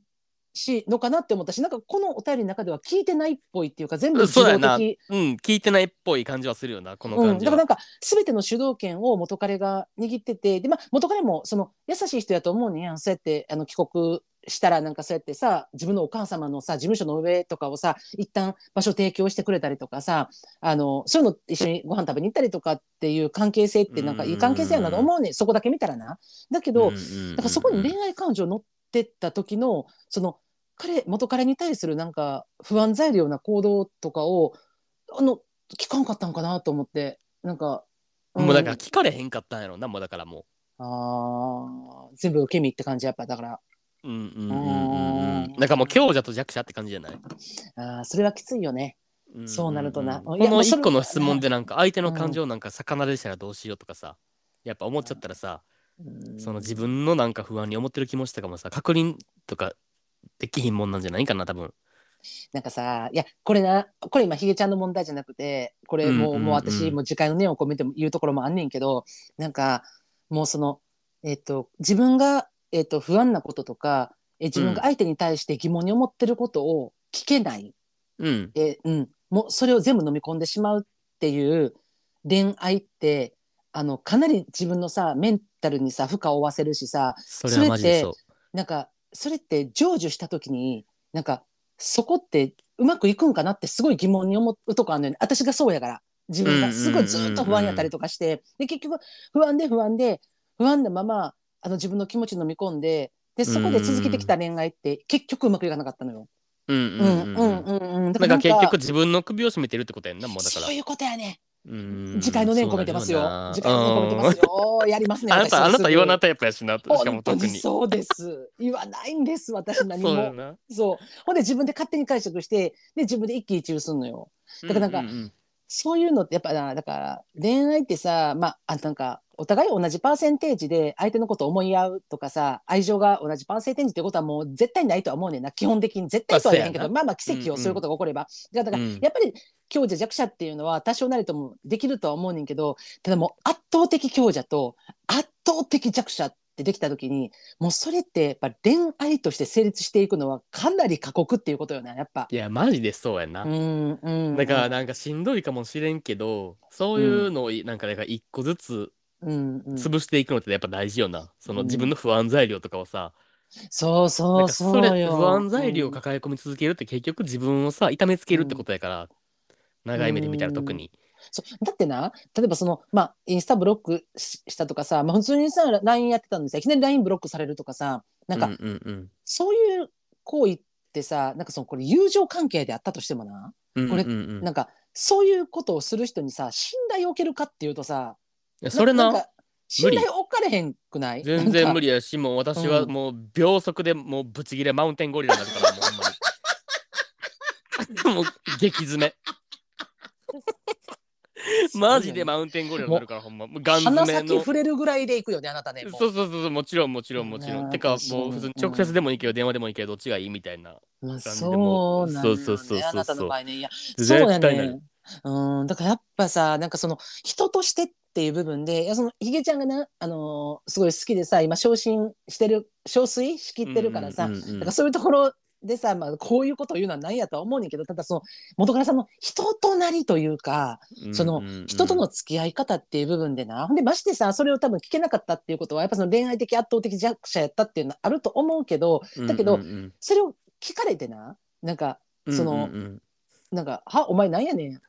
Speaker 2: し、のかなって思ったし、なんかこのお便りの中では聞いてないっぽいっていうか、全部受
Speaker 1: そうや
Speaker 2: 動
Speaker 1: な
Speaker 2: 的。
Speaker 1: うん、聞いてないっぽい感じはするよな、この
Speaker 2: うん、
Speaker 1: 感
Speaker 2: だ
Speaker 1: じ
Speaker 2: から
Speaker 1: は。
Speaker 2: なんか全ての主導権を元彼が握っててで、まあ、元彼もその優しい人やと思うねんやんそうやってあの帰国したらなんかそうやってさ自分のお母様のさ事務所の上とかをさ一旦場所提供してくれたりとかさあのそういうの一緒にご飯食べに行ったりとかっていう関係性ってなんかいい関係性やなと思うねんそこだけ見たらな。だけど、だからそこに
Speaker 1: ね
Speaker 2: 恋愛感情乗ってった時のその彼元彼に対するなんか不安材料な行動とかをあの聞かんかったんかなと思ってなんか、ん
Speaker 1: もうだから聞かれへんかったんやろな、もうだからも
Speaker 2: あー全部受け身って感じやっぱだから
Speaker 1: う。うんうんうんうんう
Speaker 2: うん
Speaker 1: ん。なんかもう強者と弱者って感じじゃない
Speaker 2: あーそれはきついよね。そうなるとな
Speaker 1: うんうん
Speaker 2: い
Speaker 1: こ
Speaker 2: やま
Speaker 1: の
Speaker 2: あそ
Speaker 1: 一
Speaker 2: れ
Speaker 1: 個の質問でなんか相手の感情なんか魚でしたらどうしようとかさ、やっぱ思っちゃったらさ、その自分のなんか不安に思ってる気持ちとかもさ、確認とかできひんもんなんじゃないんかな、多分。
Speaker 2: なんかさいやこれなこれ今ひげちゃんの問題じゃなくてこれ
Speaker 1: うんう
Speaker 2: もう,、
Speaker 1: んうん
Speaker 2: もう私もう次回の念を込めても言うところもあんねんけどなんかもうそのえっ、と自分が、えっと不安なこととか、え自分が相手に対して疑問に思ってることを聞けない、
Speaker 1: うん。
Speaker 2: えうん、もうそれを全部飲み込んでしまうっていう恋愛ってあのかなり自分のさメンタルにさ負荷を負わせるしさ
Speaker 1: それはマジでそう。
Speaker 2: なんかそれって成就した時になんかそこってうまくいくんかなってすごい疑問に思うとこあるのよね私がそうやから自分
Speaker 1: う
Speaker 2: が
Speaker 1: んうんうんうん
Speaker 2: すごいずっと不安やったりとかしてで結局不安で不安で不安なままあの自分の気持ち飲み込んででそこで続けてきた恋愛って結局うまくいかなかったのよ。
Speaker 1: うん
Speaker 2: う
Speaker 1: うんん
Speaker 2: う
Speaker 1: うんう
Speaker 2: ん
Speaker 1: ん。
Speaker 2: うんうん。だ
Speaker 1: な
Speaker 2: か
Speaker 1: ん
Speaker 2: らな
Speaker 1: か
Speaker 2: ん
Speaker 1: 結局
Speaker 2: か
Speaker 1: 自分の首を絞めてるってことやんな、もうだから
Speaker 2: そう。いうことやね。
Speaker 1: うん
Speaker 2: 次回の念込めてますよ。次回の念込めてます。よ。やります
Speaker 1: そう
Speaker 2: ね。
Speaker 1: なるよなうんあな
Speaker 2: 私
Speaker 1: た、あなた言わな
Speaker 2: す
Speaker 1: タイプやしな、し
Speaker 2: ぐ
Speaker 1: かも
Speaker 2: 本当
Speaker 1: 特
Speaker 2: に
Speaker 1: に。そ
Speaker 2: そうです。言わないんです。私何も。
Speaker 1: うやな。
Speaker 2: そう。ほんで自分で勝手に解釈して、で自分で一喜一憂すんのよ。だからなんか
Speaker 1: ううう
Speaker 2: そういうのってやっぱな、だから恋愛ってさ、まあ、あなんか、お互い同じパーセンテージで相手のことを思い合うとかさ、愛情が同じパーセンテージってことはもう絶対ないとは思うねんな。基本的に絶対とは言えへんけど、まあまあ奇跡
Speaker 1: う
Speaker 2: を
Speaker 1: んうん
Speaker 2: そういうことが起これば。だから、だから
Speaker 1: うん
Speaker 2: やっぱり強者弱者っていうのは多少なりともできるとは思うねんけど、ただもう圧倒的強者と圧倒的弱者ってできた時に、もうそれってやっぱ恋愛として成立していくのはかなり過酷っていうことよな、やっぱ。
Speaker 1: いや、マジでそうやな。
Speaker 2: うん、うん。
Speaker 1: だから、なんかしんどいかもしれんけど、そういうのをいなんかだから一個ずつ
Speaker 2: うんうん、
Speaker 1: 潰していくのってやっぱ大事よな。その
Speaker 2: うん
Speaker 1: 自分の不安材料とかをさ、
Speaker 2: そう
Speaker 1: な
Speaker 2: そ
Speaker 1: ん
Speaker 2: う
Speaker 1: か
Speaker 2: そう
Speaker 1: それ
Speaker 2: よ。
Speaker 1: 不安材料を
Speaker 2: うん
Speaker 1: 抱え込み続けるって結局自分をさ痛めつけるってことやから、長い目で見たら特に。
Speaker 2: そうだってな例えばその、まあ、インスタブロックししたとかさ、まあ、普通にさ LINE やってたんですよいきなり LINE ブロックされるとかさなん
Speaker 1: う
Speaker 2: か、
Speaker 1: んうんうん
Speaker 2: そういう行為ってさなんかそのこれ友情関係であったとしてもな、
Speaker 1: うん
Speaker 2: これ
Speaker 1: うんうん
Speaker 2: なんかそういうことをする人にさ信頼を受けるかっていうとさ
Speaker 1: いやそれな。
Speaker 2: んか信頼を置かれへんくない
Speaker 1: 全然無
Speaker 2: 理
Speaker 1: 理やし、もう私は
Speaker 2: うん
Speaker 1: もう秒速でもうぶち切れマウンテンゴリラになるから、もうほんまに。もう激詰め。マジでマウンテンゴリラになるから、ほんま。もうガン詰
Speaker 2: 鼻
Speaker 1: め
Speaker 2: 先
Speaker 1: の。
Speaker 2: 触れるぐらいでいくよねあなたねもう
Speaker 1: そうそうそう、もちろんもちろんもちろ
Speaker 2: うん
Speaker 1: ん。てか、もう普通に直接でもいいけど、電話でもいいけど、どっちがいいみたいな。
Speaker 2: まあ、
Speaker 1: 感じで
Speaker 2: そ
Speaker 1: も
Speaker 2: うなんよね
Speaker 1: そうそうそうそうそう
Speaker 2: あなたの場合ねいや
Speaker 1: 絶
Speaker 2: そうや
Speaker 1: 対なる
Speaker 2: ねうんだからやっぱさなんかその人としてっていう部分でいやそのひげちゃんがな、あのーすごい好きでさ今昇進してる昇水しきってるからさ、
Speaker 1: うんうんうんうん
Speaker 2: だからそういうところでさ、まあ、こういうことを言うのはなんやとは思うねんけどただその元からさんの人となりというかその
Speaker 1: うんうんうん
Speaker 2: 人との付き合い方っていう部分でな、ほんでましてさそれを多分聞けなかったっていうことはやっぱその恋愛的圧倒的弱者やったっていうのはあると思うけどだけど
Speaker 1: うんうん
Speaker 2: それを聞かれてななんか
Speaker 1: うん
Speaker 2: その
Speaker 1: うんうん
Speaker 2: なんか「はお前なんやねん」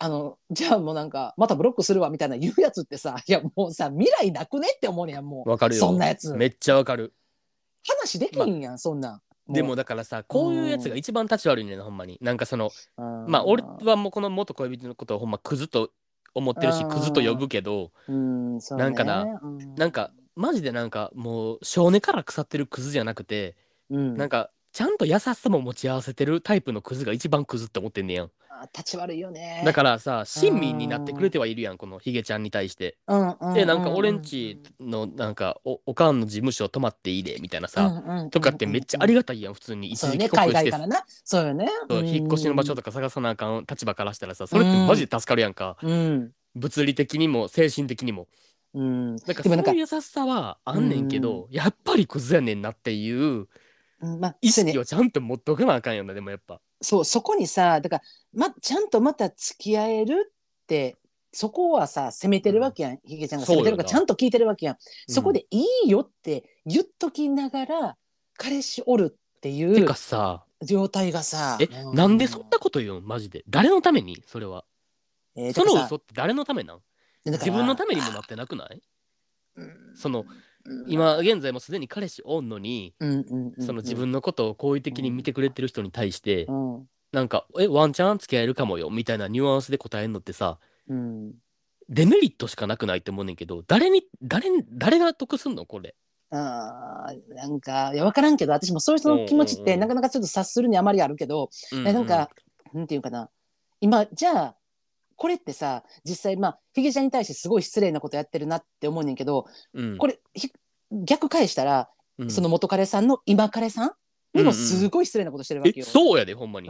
Speaker 2: あのじゃあもうなんかまたブロックするわみたいな言うやつってさ いやもうさ未来なくねって思うねやもう
Speaker 1: わかるよ
Speaker 2: そんなやつ
Speaker 1: うんめっちゃわかる。
Speaker 2: 話できんやん、そんなん
Speaker 1: でもだからさ、こういうやつが一番立ち悪いねんな、ほんまに。なんかその、ま
Speaker 2: ま
Speaker 1: あ俺はもうこの元恋人のことをほんまクズと思ってるし
Speaker 2: あー
Speaker 1: クズと呼ぶけど
Speaker 2: うんそう、ね、
Speaker 1: なんかな
Speaker 2: うん
Speaker 1: なんかマジでなんかもう性根から腐ってるクズじゃなくて
Speaker 2: うん
Speaker 1: なんかちゃんと優しさも持ち合わせてるタイプのクズが一番クズって思ってんねやん。
Speaker 2: あー立ち悪いよね
Speaker 1: だからさ、親身になってくれてはいるやん、このヒゲちゃんに対して。
Speaker 2: ら、うんうんう
Speaker 1: で、なんか俺んちの、なんかお、おかんの事務所泊まっていいで、みたいなさ、
Speaker 2: うんうん
Speaker 1: とかってめっちゃありがたいやん、普通に。一
Speaker 2: そう
Speaker 1: 時帰
Speaker 2: ね
Speaker 1: 国
Speaker 2: 海
Speaker 1: し
Speaker 2: 外
Speaker 1: て
Speaker 2: からなそうよね
Speaker 1: そう
Speaker 2: うん
Speaker 1: 引っ越しの場所とか探さなあかん立場からしたらさそれってマジで助かるやんか、
Speaker 2: うん
Speaker 1: 物理的にも精神的にも
Speaker 2: う
Speaker 1: な
Speaker 2: ん
Speaker 1: んか
Speaker 2: で
Speaker 1: そ
Speaker 2: も
Speaker 1: う
Speaker 2: なんか
Speaker 1: いう優しさはあんねんけど、やっぱりクズやねんなっていう
Speaker 2: うんまあ
Speaker 1: 意
Speaker 2: そうね
Speaker 1: 識をちゃんと持っとかなあかんよなでもやっぱ
Speaker 2: そうそこにさだから、ま、ちゃんとまた付き合えるってそこはさ責めてるわけやん、ヒゲちゃんが責めてるから
Speaker 1: そうよな
Speaker 2: ちゃんと聞いてるわけやんそこ
Speaker 1: う
Speaker 2: で「いいよ」って言っときながら彼氏おるってい
Speaker 1: んて
Speaker 2: う
Speaker 1: かさ
Speaker 2: 状態がさ
Speaker 1: え、
Speaker 2: う
Speaker 1: なんでそんなこと言うんマジで誰のためにそれは、
Speaker 2: えー
Speaker 1: そ
Speaker 2: だから
Speaker 1: の
Speaker 2: さ
Speaker 1: 嘘って誰のためなん
Speaker 2: だから
Speaker 1: 自分のためにもなってなくない
Speaker 2: うん
Speaker 1: その
Speaker 2: うん
Speaker 1: 今現在もすでに彼氏おんのに
Speaker 2: うんうんうん
Speaker 1: その自分のことを好意的に見てくれてる人に対して、
Speaker 2: うん
Speaker 1: なんか「えワンチャン付き合えるかもよ」みたいなニュアンスで答えんのってさ
Speaker 2: うん
Speaker 1: デメリットしかなくないって思うねんけど誰に誰に誰が得すんのこれ
Speaker 2: あーなんかいや分からんけど私もそういう人の気持ちっ
Speaker 1: うんうんう
Speaker 2: て
Speaker 1: ん
Speaker 2: なかなかちょっと察するにあまりあるけど、
Speaker 1: う
Speaker 2: いやなんかなんていうかな今じゃあこれってさ実際まあヒゲちゃんに対してすごい失礼なことやってるなって思うねんけど
Speaker 1: うん
Speaker 2: これひ逆返したら、
Speaker 1: うん
Speaker 2: その元彼さんの今彼さんにもすごい失礼なことしてるわけ
Speaker 1: え
Speaker 2: よ。
Speaker 1: そうやでほんまに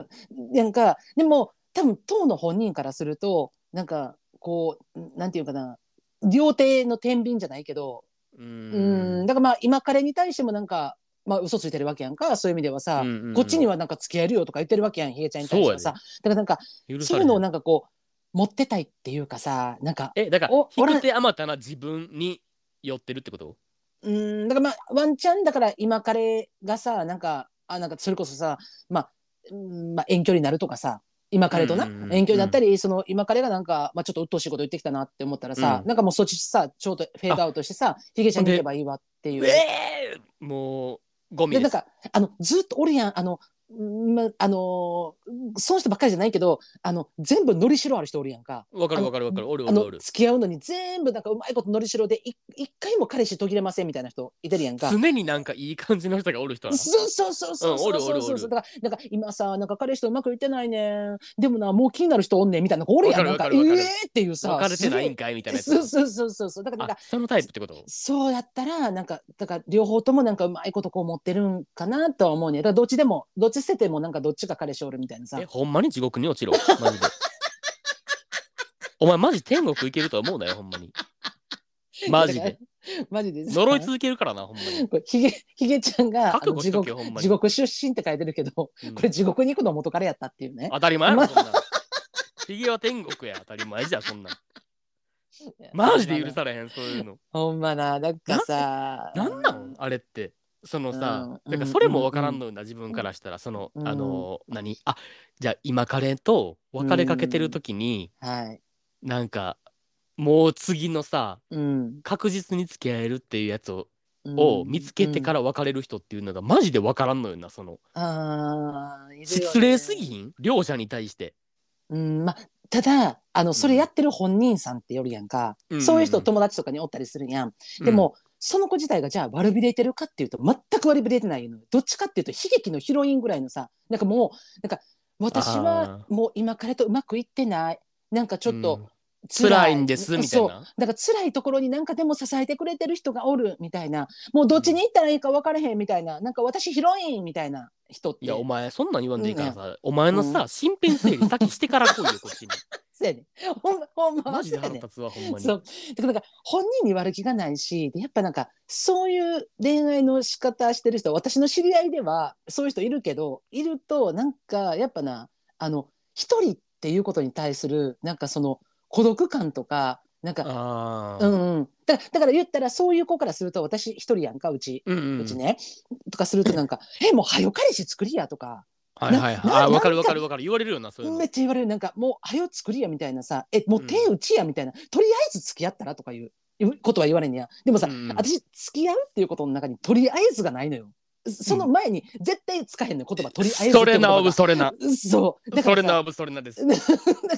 Speaker 2: なんかでも多分当の本人からするとなんかこうなんていうかな両手の天秤じゃないけど
Speaker 1: う
Speaker 2: うんだからまあ今彼に対してもなんかまあ嘘ついてるわけやんかそういう意味ではさ、こっちに
Speaker 1: は
Speaker 2: はなんか付き合えるよとか言ってるわけやんひげちゃんに対しては
Speaker 1: そう
Speaker 2: さ、だからなんか
Speaker 1: 許
Speaker 2: そ
Speaker 1: さ
Speaker 2: う
Speaker 1: れ
Speaker 2: いう
Speaker 1: へ
Speaker 2: のを
Speaker 1: ん
Speaker 2: なんかこう持ってたいっていうかさなんか
Speaker 1: えだから
Speaker 2: おおらん
Speaker 1: 引く手あまたな自分に寄ってるってこと
Speaker 2: うんだからまあワンチャンだから今彼がさなんかあなんかそれこそさまあ、うんまあ、遠距離になるとかさ今彼とな、
Speaker 1: うんうんうん
Speaker 2: 遠距離だったり、その今彼がなんか、まあ、ちょっと鬱陶しいこと言ってきたなって思ったらさ、
Speaker 1: うん
Speaker 2: なんかもうそっちさちょっとフェードアウトしてさひげちゃんに行けばいいわっていう。
Speaker 1: ええもうゴミ
Speaker 2: で
Speaker 1: で
Speaker 2: なん
Speaker 1: す
Speaker 2: かあのずっとおるやんあの、んま、あのーその人ばっかりじゃないけどあの全部のりしろある人おるやんか。
Speaker 1: わかるわかるわかるおるお
Speaker 2: あ
Speaker 1: る
Speaker 2: の
Speaker 1: おる
Speaker 2: 付き合うのに全部なんかうまいことのりしろでい一回も彼氏途切れませんみたいな人いてるやんか。
Speaker 1: 常になんかいい感じの人がおる人なの
Speaker 2: そうそうそうそうそうそうそ
Speaker 1: う
Speaker 2: う
Speaker 1: んおるおるおる
Speaker 2: だからなんか今さなんか彼氏とうまくいってないねんでもなもう気になる人おんねんみたいな子おるやんな
Speaker 1: わ
Speaker 2: ん
Speaker 1: か
Speaker 2: か
Speaker 1: る
Speaker 2: え
Speaker 1: わかるわかる
Speaker 2: えっていうさ
Speaker 1: 別れてないんかいみたいなや
Speaker 2: すげえ
Speaker 1: つ
Speaker 2: そうそうそうそうだからなん
Speaker 1: あ
Speaker 2: か
Speaker 1: そのタイプってこと
Speaker 2: そうやったらなんかだから両方ともなんかうまいことこう持ってるんかなとは思うねだからどっちでもどっち捨ててもなんかどっちか彼氏おるみたいなさ
Speaker 1: えほんまに地獄に落ちろマジでお前マジ天国行けるとは思うなよほんまにマ ジ
Speaker 2: だか
Speaker 1: で
Speaker 2: らマジで
Speaker 1: 呪い 続けるからなほんまに
Speaker 2: これひげひげちゃんが
Speaker 1: 覚
Speaker 2: あ
Speaker 1: 悟
Speaker 2: の地
Speaker 1: しと
Speaker 2: 獄
Speaker 1: けよほんま
Speaker 2: 地
Speaker 1: に、
Speaker 2: 獄出身って書いてるけどこ
Speaker 1: うん
Speaker 2: れ地獄に行くの元彼やったっていうね
Speaker 1: 当たり前やろそんなんひげは天国や当たり前じゃんそんなん マジで許されへんそういうの
Speaker 2: ほんまな なんかさ
Speaker 1: なんなんあれってそのさ、
Speaker 2: うん
Speaker 1: だからそれも分からんのよな自分からしたらその、
Speaker 2: うん
Speaker 1: あの何あじゃあ今彼と別れかけてる時に、
Speaker 2: はい
Speaker 1: なんかもう次のさ
Speaker 2: うん
Speaker 1: 確実に付き合えるっていうやつを
Speaker 2: うん
Speaker 1: を見つけてから別れる人っていうのがマジで分からんのよなその
Speaker 2: うんあーいるよね
Speaker 1: 失礼すぎひん両者に対して
Speaker 2: うんまあただあのそれやってる本人さんってよるやんか、
Speaker 1: うん
Speaker 2: そういう人友達とかにおったりするやん、でも、その子自体がじゃあ悪びれてるかっていうと全く悪びれてないのよどっちかっていうと悲劇のヒロインぐらいのさなんかもうなんか私は
Speaker 1: あ
Speaker 2: もう今彼とうまくいってないなんかちょっと
Speaker 1: うん辛いんですみたい
Speaker 2: そう
Speaker 1: な
Speaker 2: だから辛いところになんかでも支えてくれてる人がおるみたいなもうどっちに行ったらいいか分からへんみたいななんか私ヒロインみたいな人って
Speaker 1: いやお前そんなん言わんでいいからさ、お前のさ、
Speaker 2: う
Speaker 1: 身辺整理先してから来いよこっち に
Speaker 2: そうやねんほんまほんま
Speaker 1: マジで
Speaker 2: そうや
Speaker 1: 腹
Speaker 2: ねん
Speaker 1: 立つわほんまに
Speaker 2: そうだからなんか本人に悪気がないしでやっぱなんかそういう恋愛の仕方してる人私の知り合いではそういう人いるけどいるとなんかやっぱなあの一人っていうことに対するなんかその孤独感とかなんか
Speaker 1: あ
Speaker 2: う
Speaker 1: あ
Speaker 2: んうんだからだから言ったらそういう子からすると私一人やんかうち。
Speaker 1: うんうん
Speaker 2: うちね、とかすると なんか「えもうはよ彼氏作りや」とか
Speaker 1: はいはいはい
Speaker 2: な
Speaker 1: あーわかるわ
Speaker 2: なんか
Speaker 1: かるわかる言われるよなそういうの
Speaker 2: めっちゃ言われるなんか「もうはよ作りや」みたいなさ「えもう手打ちや」みたいな、とりあえず付き合ったら」とかいういうことは言われんねやでもさ、
Speaker 1: うん
Speaker 2: 私付き合うっていうことの中に「とりあえず」がないのよその前に絶対使えへんのよ言葉「とりあえず」
Speaker 1: それなおぶそれな
Speaker 2: そうだか
Speaker 1: そ
Speaker 2: ら
Speaker 1: れな
Speaker 2: さ
Speaker 1: おぶそれなです
Speaker 2: だか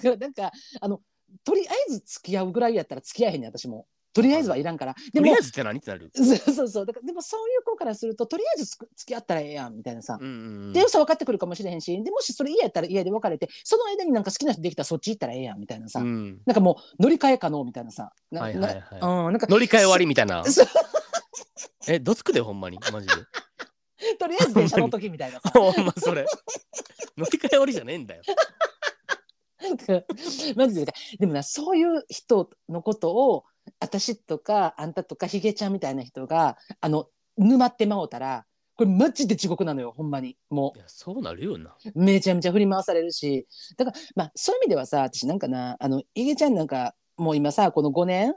Speaker 2: らなんかあのとりあえず付き合うぐらいやったら付き合えへんねん私も。とりあえずはいらんから。で
Speaker 1: とり
Speaker 2: も
Speaker 1: あえずって何ってなる。
Speaker 2: そうそうそうだからでもそういう子からするととりあえずつく付き合ったらええやんみたいなさ。
Speaker 1: うんうんうん
Speaker 2: で、嘘分かってくるかもしれへんしでもしそれ嫌やったら嫌で別れてその間になんか好きな人できたらそっち行ったらええやんみたいなさ、
Speaker 1: うん
Speaker 2: なんかもう乗り換え可能みたいなさな
Speaker 1: はいはいはい
Speaker 2: なうん、なんか
Speaker 1: 乗り換え終わりみたいな
Speaker 2: そう。
Speaker 1: え、どつくでほんまにマ ジで。
Speaker 2: とりあえず電車の時みた いなさ
Speaker 1: ほんまそれ。乗り換え終わりじゃねえんだよ。
Speaker 2: なんかマジででもなそういう人のことを私とかあんたとかひげちゃんみたいな人があの沼ってまおうたらこれマジで地獄なのよほんまにも
Speaker 1: いや、そうなるよな。
Speaker 2: うめちゃめちゃ振り回されるしだからまあそういう意味ではさ私なんかなあのひげちゃんなんかもう今さこの5年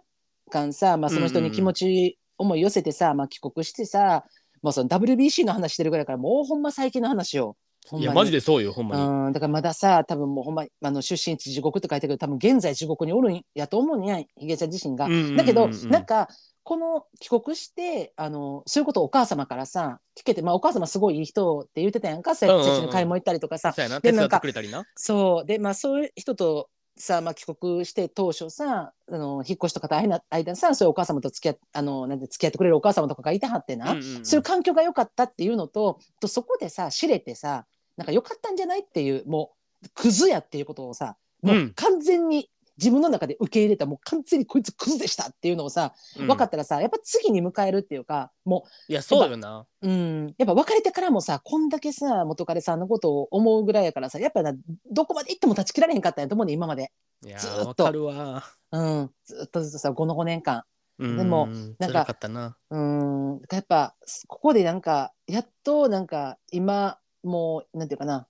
Speaker 2: 間さ、まあ、その人に気持ち思い寄せてさ、まあ、帰国してさもうその WBC の話してるぐらいからもうほんま最近の話よ。ほん
Speaker 1: い
Speaker 2: まに
Speaker 1: や、マジでそうよ、ほんまに。
Speaker 2: うん、だからまださ多分もうほんまあの出身地地獄って書いてあるけど多分現在地獄におるんやと思うんやひげちゃん自身が。
Speaker 1: うんうんうんうん
Speaker 2: だけど、なんかこの帰国してあのそういうことをお母様からさ聞けて、まあ、お母様すごいいい人って言ってたやんかそうやって
Speaker 1: うんうんうん
Speaker 2: 接種の買い物行ったりとかさ、
Speaker 1: そうやな、
Speaker 2: で
Speaker 1: 手伝
Speaker 2: な
Speaker 1: っ
Speaker 2: んか
Speaker 1: てくれたりな。
Speaker 2: そうでまあそういう人とさ、まあ、帰国して当初さあの引っ越しとか大変な間さそういうお母様と付き合っあのなんて付き合ってくれるお母様とかがいてはってな、
Speaker 1: うんうんうん
Speaker 2: そういう環境が良かったっていうのととそこでさ知れてさなんか良かったんじゃないっていうもうクズやっていうことをさも
Speaker 1: うん
Speaker 2: う完全に自分の中で受け入れた、もう完全にこいつクズでしたっていうのをさ
Speaker 1: うん
Speaker 2: 分かったらさ、やっぱ次に迎えるっていうかも
Speaker 1: いや、そうよな。
Speaker 2: う、うん、やっぱ別れてからもさこんだけさ元彼さんのことを思うぐらいやからさやっぱなどこまで行っても断ち切られへんかったんやと思うね今まで、
Speaker 1: いや
Speaker 2: ず
Speaker 1: ー、わ
Speaker 2: ーっと
Speaker 1: かるわ。
Speaker 2: うん、ずっとずっとさこの5年間
Speaker 1: で
Speaker 2: でも、なん
Speaker 1: 辛
Speaker 2: か
Speaker 1: かったな。
Speaker 2: うーん、だからやっぱここでなんかやっとなんか今もうなんていうかな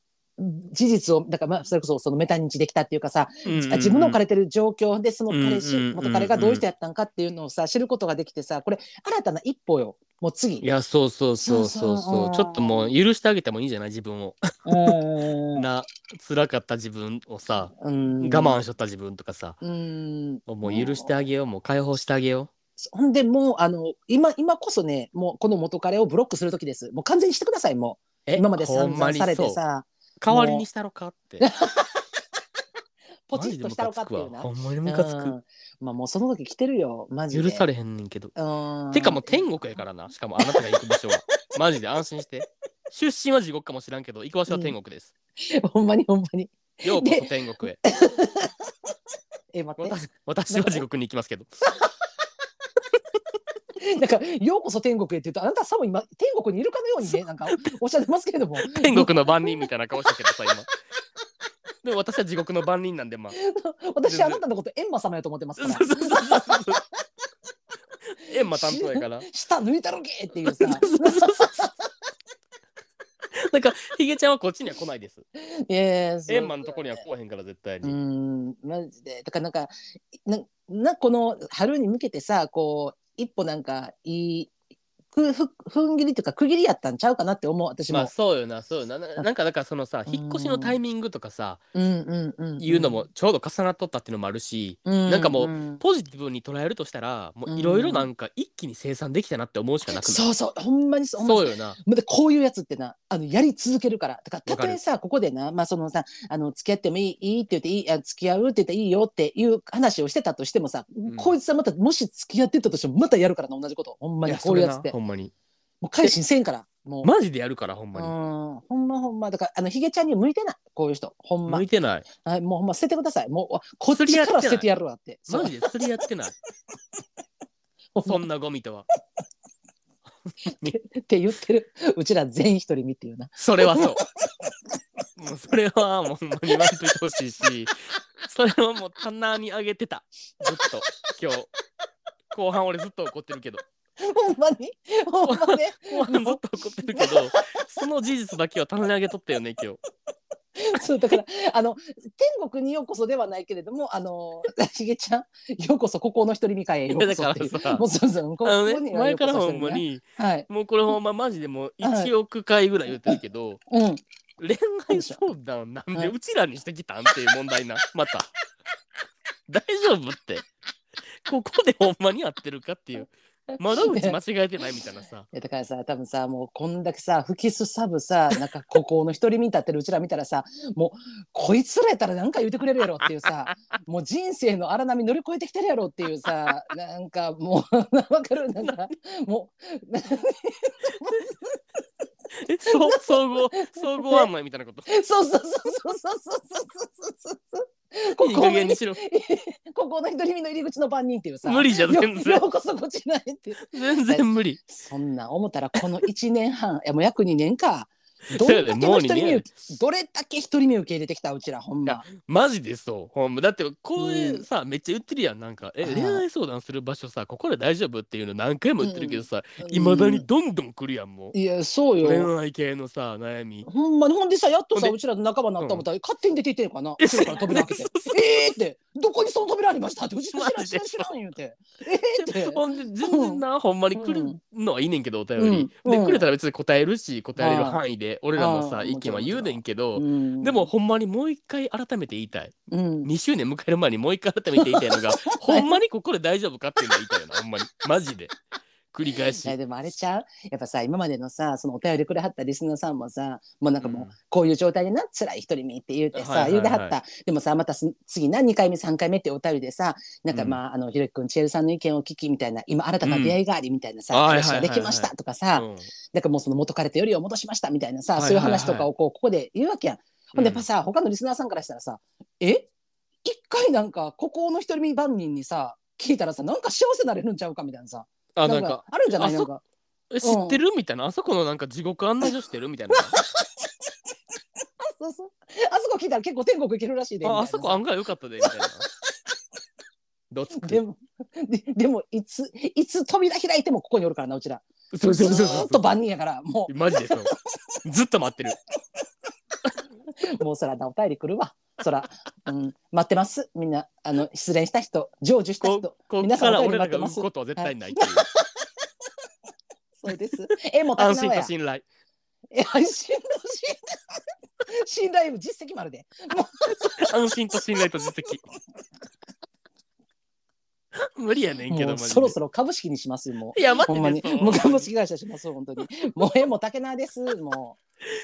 Speaker 2: 事実をだからまあそれこそそのメタ認知できたっていうかさ、あ自分の置か
Speaker 1: れ
Speaker 2: れてる状況でその彼氏、
Speaker 1: うんうんうんうん
Speaker 2: 元彼がどういう人やったんかっていうのをさ知ることができてさこれ新たな一歩よもう次
Speaker 1: いや、そうそうそうそう
Speaker 2: そうそ
Speaker 1: そ
Speaker 2: う
Speaker 1: う。ちょっともう許してあげてもいいんじゃない自分を。
Speaker 2: うん
Speaker 1: な、辛かった自分をさ、
Speaker 2: うん
Speaker 1: 我慢しとった自分とかさ、
Speaker 2: うん
Speaker 1: もう許してあげよう、もう解放してあげよ
Speaker 2: ほんでもうあの今今こそねもうこの元彼をブロックする時ですもう完全にしてくださいも
Speaker 1: う。
Speaker 2: う
Speaker 1: え
Speaker 2: 今まで
Speaker 1: ほ
Speaker 2: 散
Speaker 1: んま
Speaker 2: 々
Speaker 1: に
Speaker 2: されて
Speaker 1: そう
Speaker 2: さ
Speaker 1: 代わりにしたろかって。
Speaker 2: ポチッとしたのかっていうな
Speaker 1: マジでムカつくわほんまにムカつ
Speaker 2: う
Speaker 1: く。
Speaker 2: んまあもうその時来てるよマジで
Speaker 1: 許されへんねんけど。
Speaker 2: うん
Speaker 1: てかもう天国やからな。しかもあなたが行く場所は。マジで安心して。出身は地獄かもしらんけど、行く場所は天国です。
Speaker 2: ほんまにほんまに
Speaker 1: ようこそ天国へ。
Speaker 2: え待って
Speaker 1: 私私は地獄に行きますけど。
Speaker 2: なんかようこそ天国へって言うとあなたさも今天国にいるかのようにねなんかおっしゃってますけれども
Speaker 1: 天国の番人みたいな顔したけど さ、今。でも私は地獄の番人なんで、まあ。
Speaker 2: 私あなたのことエンマ様やと思ってますから
Speaker 1: エンマ担当やから。
Speaker 2: 舌抜いたろけっていうさ
Speaker 1: なんかヒゲちゃんはこっちには来ないです。
Speaker 2: いやいやそう
Speaker 1: エンマのとこには来おへんから絶対
Speaker 2: う
Speaker 1: に。
Speaker 2: んマジでだからなんかななこの春に向けてさこう一歩なんかいいふふ踏ん切りというか区切りやったんちゃうかなって思う私も、
Speaker 1: まあそうよなそうよなななんかだからそのさ
Speaker 2: うん
Speaker 1: 引っ越しのタイミングとかさ
Speaker 2: うんうんうんん
Speaker 1: いうのもちょうど重なっとったっていうのもあるし
Speaker 2: なん
Speaker 1: かもう
Speaker 2: う
Speaker 1: ポジティブに捉えるとしたらもういろいろなんか一気に生産できたなって思うしかなくない
Speaker 2: そうそうほんまにそうほんまにそ
Speaker 1: そ
Speaker 2: う
Speaker 1: うよな
Speaker 2: まだこういうやつってなあのやり続けるからだからた
Speaker 1: わか
Speaker 2: と
Speaker 1: る
Speaker 2: えさここでな、まあ、そのさあの付き合ってもいいいいって言っていいあ付き合うって言っていいよっていう話をしてたとしてもさ、
Speaker 1: ん
Speaker 2: こいつはまたもし付き合ってたとしてもまたやるからな同じことほんま
Speaker 1: い
Speaker 2: に
Speaker 1: や
Speaker 2: こ
Speaker 1: そう
Speaker 2: いう
Speaker 1: れ
Speaker 2: やつっ
Speaker 1: な
Speaker 2: て
Speaker 1: ほんまに
Speaker 2: もう改心せんからもう、
Speaker 1: マジでやるからほんまに
Speaker 2: うんほんまほんまだからあのヒゲちゃんに向いてないこういう人ほんま
Speaker 1: 向いてない
Speaker 2: はいもうほんま捨ててくださいもうあこっちから捨ててやるわって
Speaker 1: マジですり合ってない
Speaker 2: そう
Speaker 1: そんなゴミとは
Speaker 2: って言ってるうちら全員一人見っていうな
Speaker 1: それは そう。もうそれはもうほんまに言わんといてほしいし、それはもう棚に上げてた。ずっと今日。後半俺ずっと怒ってるけど、
Speaker 2: ほんまにほ んまね
Speaker 1: 後半ずっと怒ってるけど、その事実だけは棚に上げとったよね、今日。
Speaker 2: そうだからあの天国にようこそではないけれどもあの しげちゃんようこそここの一人見会へようこそっていう
Speaker 1: いやだからさ
Speaker 2: もうそうそうこ
Speaker 1: あの
Speaker 2: ここに
Speaker 1: ね、
Speaker 2: はよ
Speaker 1: 前
Speaker 2: うこ
Speaker 1: から
Speaker 2: そ
Speaker 1: ほ
Speaker 2: 一人
Speaker 1: ん
Speaker 2: 見会
Speaker 1: まに、
Speaker 2: はい
Speaker 1: もうこれほんまマジでもう
Speaker 2: はい
Speaker 1: 1億回ぐらい言ってるけど、
Speaker 2: うん
Speaker 1: 恋愛相談なん
Speaker 2: は
Speaker 1: で
Speaker 2: いう
Speaker 1: ちらにしてきたんっていう問 題な、また。大丈夫って。ここでほんまに合ってるかっていう。窓口間違えてないみたいなさ。
Speaker 2: いやだからさ多分さもうこんだけさ不キスサブさなんか孤高の一人見立ってるうちら見たらさもうこいつらやったらなんか言ってくれるやろっていうさもう人生の荒波乗り越えてきてるやろっていうさなんかもうわかるなんかもうな
Speaker 1: え、そう、 総合、総合案内みたいなこと。
Speaker 2: そうそうそうそうそうそうそうそうそうこ
Speaker 1: いい
Speaker 2: こ
Speaker 1: 加
Speaker 2: の
Speaker 1: 減にしろ。
Speaker 2: ここの一人見の入り口の番人っていうさ
Speaker 1: 無理じゃん全然
Speaker 2: ようこそこちないっていう
Speaker 1: 全然無理。
Speaker 2: そんなん思ったらこの1年半いやもう約2年かど
Speaker 1: そうやで
Speaker 2: れだけの
Speaker 1: もう
Speaker 2: 一人
Speaker 1: 二
Speaker 2: 目
Speaker 1: 年
Speaker 2: 受け どれだけ一人目受け入れてきたうちらほんま
Speaker 1: マジでそう。ほんまだって、これ
Speaker 2: うん
Speaker 1: さ、めっちゃ言ってるやん。なんか、え、
Speaker 2: はい
Speaker 1: 恋愛相談する場所さ、ここで大丈夫っていうの何回も言ってるけどさ、いまだ
Speaker 2: 未
Speaker 1: にどんどん来るやん、もう。
Speaker 2: いやそうよ
Speaker 1: 恋愛系のさ、悩み。
Speaker 2: ほんまにほんでさやっと
Speaker 1: ほ
Speaker 2: さ
Speaker 1: んで
Speaker 2: うちらの仲間になった思ったら勝手に出ていってんのかな
Speaker 1: え
Speaker 2: うちらから扉開けて
Speaker 1: そうそ
Speaker 2: 「えー!」って「どこにその扉ありました?」って「うちら知ら
Speaker 1: マ
Speaker 2: ん
Speaker 1: ジ
Speaker 2: 知
Speaker 1: で
Speaker 2: らん知らん」言うて「えー!」って。
Speaker 1: ほんで、全然な、ほんまに来るのはいいねんけど、お便り。
Speaker 2: うんう
Speaker 1: で、
Speaker 2: ん
Speaker 1: くれたら別に答えるし、答えれる範囲で、俺らも
Speaker 2: あ
Speaker 1: さ、
Speaker 2: ー
Speaker 1: 意見は言うねんけど、
Speaker 2: うん
Speaker 1: でも、ほんまにもう一回改めて言いたい。
Speaker 2: うん、
Speaker 1: 2周年迎える前にもう一回改めて言いたいの がほんまにここで大丈夫かっていうのが言いたいよなほんまにマジで繰り返し
Speaker 2: いやでもあれちゃうやっぱさ今までのさそのお便りくれはったリスナーさんもさもうなんかもう
Speaker 1: うん
Speaker 2: こういう状態でな辛い一人目って言うてさ、
Speaker 1: はいはいはい
Speaker 2: 言うてはったでもさまたす次な2回目3回目ってお便りでさなんか
Speaker 1: うん
Speaker 2: まあ,、あのひろきくんちえるさんの意見を聞きみたいな今新たな出会いがありみたいなさ、
Speaker 1: うん
Speaker 2: 話
Speaker 1: は
Speaker 2: が
Speaker 1: いはいはい
Speaker 2: で
Speaker 1: はい
Speaker 2: きましたとかさ、
Speaker 1: うん
Speaker 2: なんかもうその元彼とよりを戻しましたみたいなさ、
Speaker 1: はいはい
Speaker 2: そうい
Speaker 1: は
Speaker 2: う
Speaker 1: い
Speaker 2: 話とかをこうここで言うわけやん。ほんでやっぱさ、他のリスナーさんからしたらさえ一回なんか孤高の一人目番人にさ聞いたらさなんか幸せになれるんちゃうかみたいなさ
Speaker 1: あなんか
Speaker 2: あるんじゃない
Speaker 1: あ
Speaker 2: な
Speaker 1: そ
Speaker 2: んか。
Speaker 1: え知ってるみたいなあそこのなんか地獄案内所してるみたい な
Speaker 2: そうそう。あそこ聞いたら結構天国行けるらしいで。みたい
Speaker 1: あ
Speaker 2: な
Speaker 1: あそこ案外良かったでみたいなどつく
Speaker 2: でも、ででも、いつ、いつ扉開いてもここにおるからな、うちら。
Speaker 1: そうそう
Speaker 2: ず
Speaker 1: そうそ
Speaker 2: ー
Speaker 1: う
Speaker 2: っと万人やから、も
Speaker 1: マジでそうずっと待ってる
Speaker 2: う、もうそらな、お便り来るわ。そら、うん、待ってます。みんな、あの、失恋した人、成就した
Speaker 1: こ
Speaker 2: 人。
Speaker 1: こっ
Speaker 2: 皆
Speaker 1: か
Speaker 2: さん
Speaker 1: ら
Speaker 2: お便
Speaker 1: 俺
Speaker 2: り
Speaker 1: らが
Speaker 2: 待って
Speaker 1: 売
Speaker 2: ま
Speaker 1: る
Speaker 2: す
Speaker 1: ことは絶対ないっていう
Speaker 2: そうです。え、もう
Speaker 1: 安
Speaker 2: 立ち
Speaker 1: 心と
Speaker 2: 直や。
Speaker 1: 信 頼
Speaker 2: え、安心だ、信頼。信頼、実績もあるで。
Speaker 1: 安心と信頼と実績 無理やねんけど
Speaker 2: も
Speaker 1: マ
Speaker 2: う
Speaker 1: ジで
Speaker 2: そろそろ株式にしますよ、もう。
Speaker 1: いや待
Speaker 2: ほん
Speaker 1: っ
Speaker 2: ま
Speaker 1: て
Speaker 2: に
Speaker 1: ね、そう
Speaker 2: もう株式会社しますよ、本当に。もう、え、もう竹縄です、も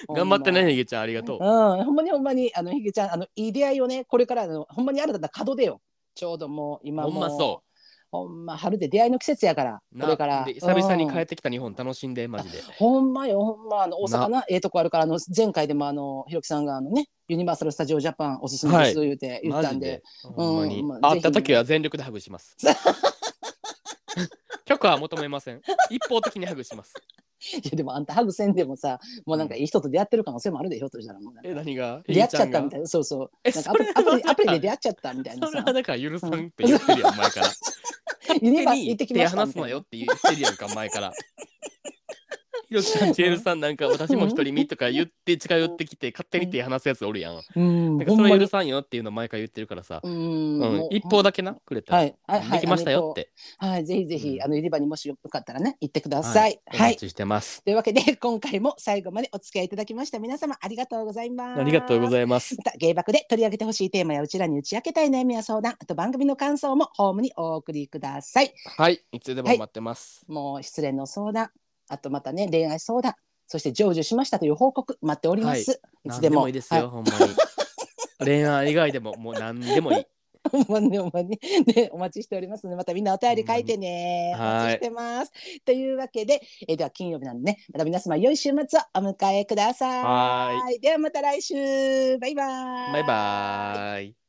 Speaker 2: う。
Speaker 1: 頑張ってね
Speaker 2: ほんま
Speaker 1: ひげちゃんありがとう
Speaker 2: うん、ほんまにほんまに、あの、ひげちゃん、あの、いい出会いをね、これからあの、ほんまに新たな門出よ。ちょうどもう、今
Speaker 1: ほ
Speaker 2: もう。
Speaker 1: んまそう
Speaker 2: ほんま、春で出会いの季節やから、
Speaker 1: な
Speaker 2: これから。
Speaker 1: で久々に帰
Speaker 2: うん
Speaker 1: ってきた日本楽しんでマジで
Speaker 2: ほんまよ、ほんま、あの、大阪な、ええとこあるから、あの、前回でも、あの、ひろきさんが、あのね、ユニバーサル・スタジオ・ジャパンおすすめです、言うて、言っ
Speaker 1: マ
Speaker 2: た
Speaker 1: ジ
Speaker 2: んで。
Speaker 1: ほんまに
Speaker 2: うんまあ
Speaker 1: 会った時は全力でハグします 許可は求めません一方的にハグします
Speaker 2: いや、でも、あんた、ハグせんでもさ、もうなんか、いい人と出会ってる可能性もあるで、ひょっとしたら、もうなんか
Speaker 1: え何が
Speaker 2: 出会っちゃったみ
Speaker 1: ひ
Speaker 2: たいな、そうそう。
Speaker 1: え
Speaker 2: なん
Speaker 1: そ
Speaker 2: かアプ
Speaker 1: れ
Speaker 2: リ
Speaker 1: は
Speaker 2: アプリ、アプリ
Speaker 1: な
Speaker 2: で
Speaker 1: ん
Speaker 2: 出
Speaker 1: か
Speaker 2: 会っちゃったみたいな
Speaker 1: それ
Speaker 2: さ
Speaker 1: は。だから許さんって言ってるやん前から
Speaker 2: ユニバ
Speaker 1: 勝手
Speaker 2: 行っ
Speaker 1: に
Speaker 2: てき
Speaker 1: 手
Speaker 2: ました
Speaker 1: 離
Speaker 2: み
Speaker 1: す
Speaker 2: たい
Speaker 1: な
Speaker 2: な
Speaker 1: よって言ってるやんか前 からひろきさん、ジェールさんなんか私も一人身とか言って近寄ってきて勝手に手離すやつおるやん。
Speaker 2: うん、
Speaker 1: なんか
Speaker 2: ほ
Speaker 1: そ
Speaker 2: んま
Speaker 1: れは
Speaker 2: に
Speaker 1: 許さんよっていうの前から言ってるからさ。
Speaker 2: う
Speaker 1: うんん
Speaker 2: も、う
Speaker 1: 一方だけな、くれた
Speaker 2: は
Speaker 1: ら。
Speaker 2: い、はい、はい
Speaker 1: できましたよって。
Speaker 2: あのはい、ぜひぜひ、
Speaker 1: うん
Speaker 2: あの、入り場にもしよかったらね、行ってください。
Speaker 1: お
Speaker 2: はい。
Speaker 1: 待ちしてます。
Speaker 2: というわけで、今回も最後までお付き合いいただきました。皆様、ありがとうございます。
Speaker 1: ありがとうご
Speaker 2: います。
Speaker 1: ざいます。
Speaker 2: また、芸爆で取り上げてほしいテーマや、うちらに打ち明けたい悩みや相談、あと番組の感想もホームにお送りください。
Speaker 1: はい、いつでも待ってます。
Speaker 2: もう、失恋の相談、あとまたね、恋愛相談、そして成就しましたという報告、待っております。い、
Speaker 1: 何
Speaker 2: つ
Speaker 1: で
Speaker 2: でも。
Speaker 1: もいいですよ、ほんまに。恋愛以外でも、もう何でもいい。
Speaker 2: ほんまにほんまに。 ね、お待ちしておりますので、またみんなお便り書いてね。お
Speaker 1: ほんまに
Speaker 2: 待ちしてます。というわけで、えーでは金曜日なんでね、また皆様、良い週末をお迎えください。
Speaker 1: はーい。
Speaker 2: ではまた来週。バイバイ。
Speaker 1: バイバーイ。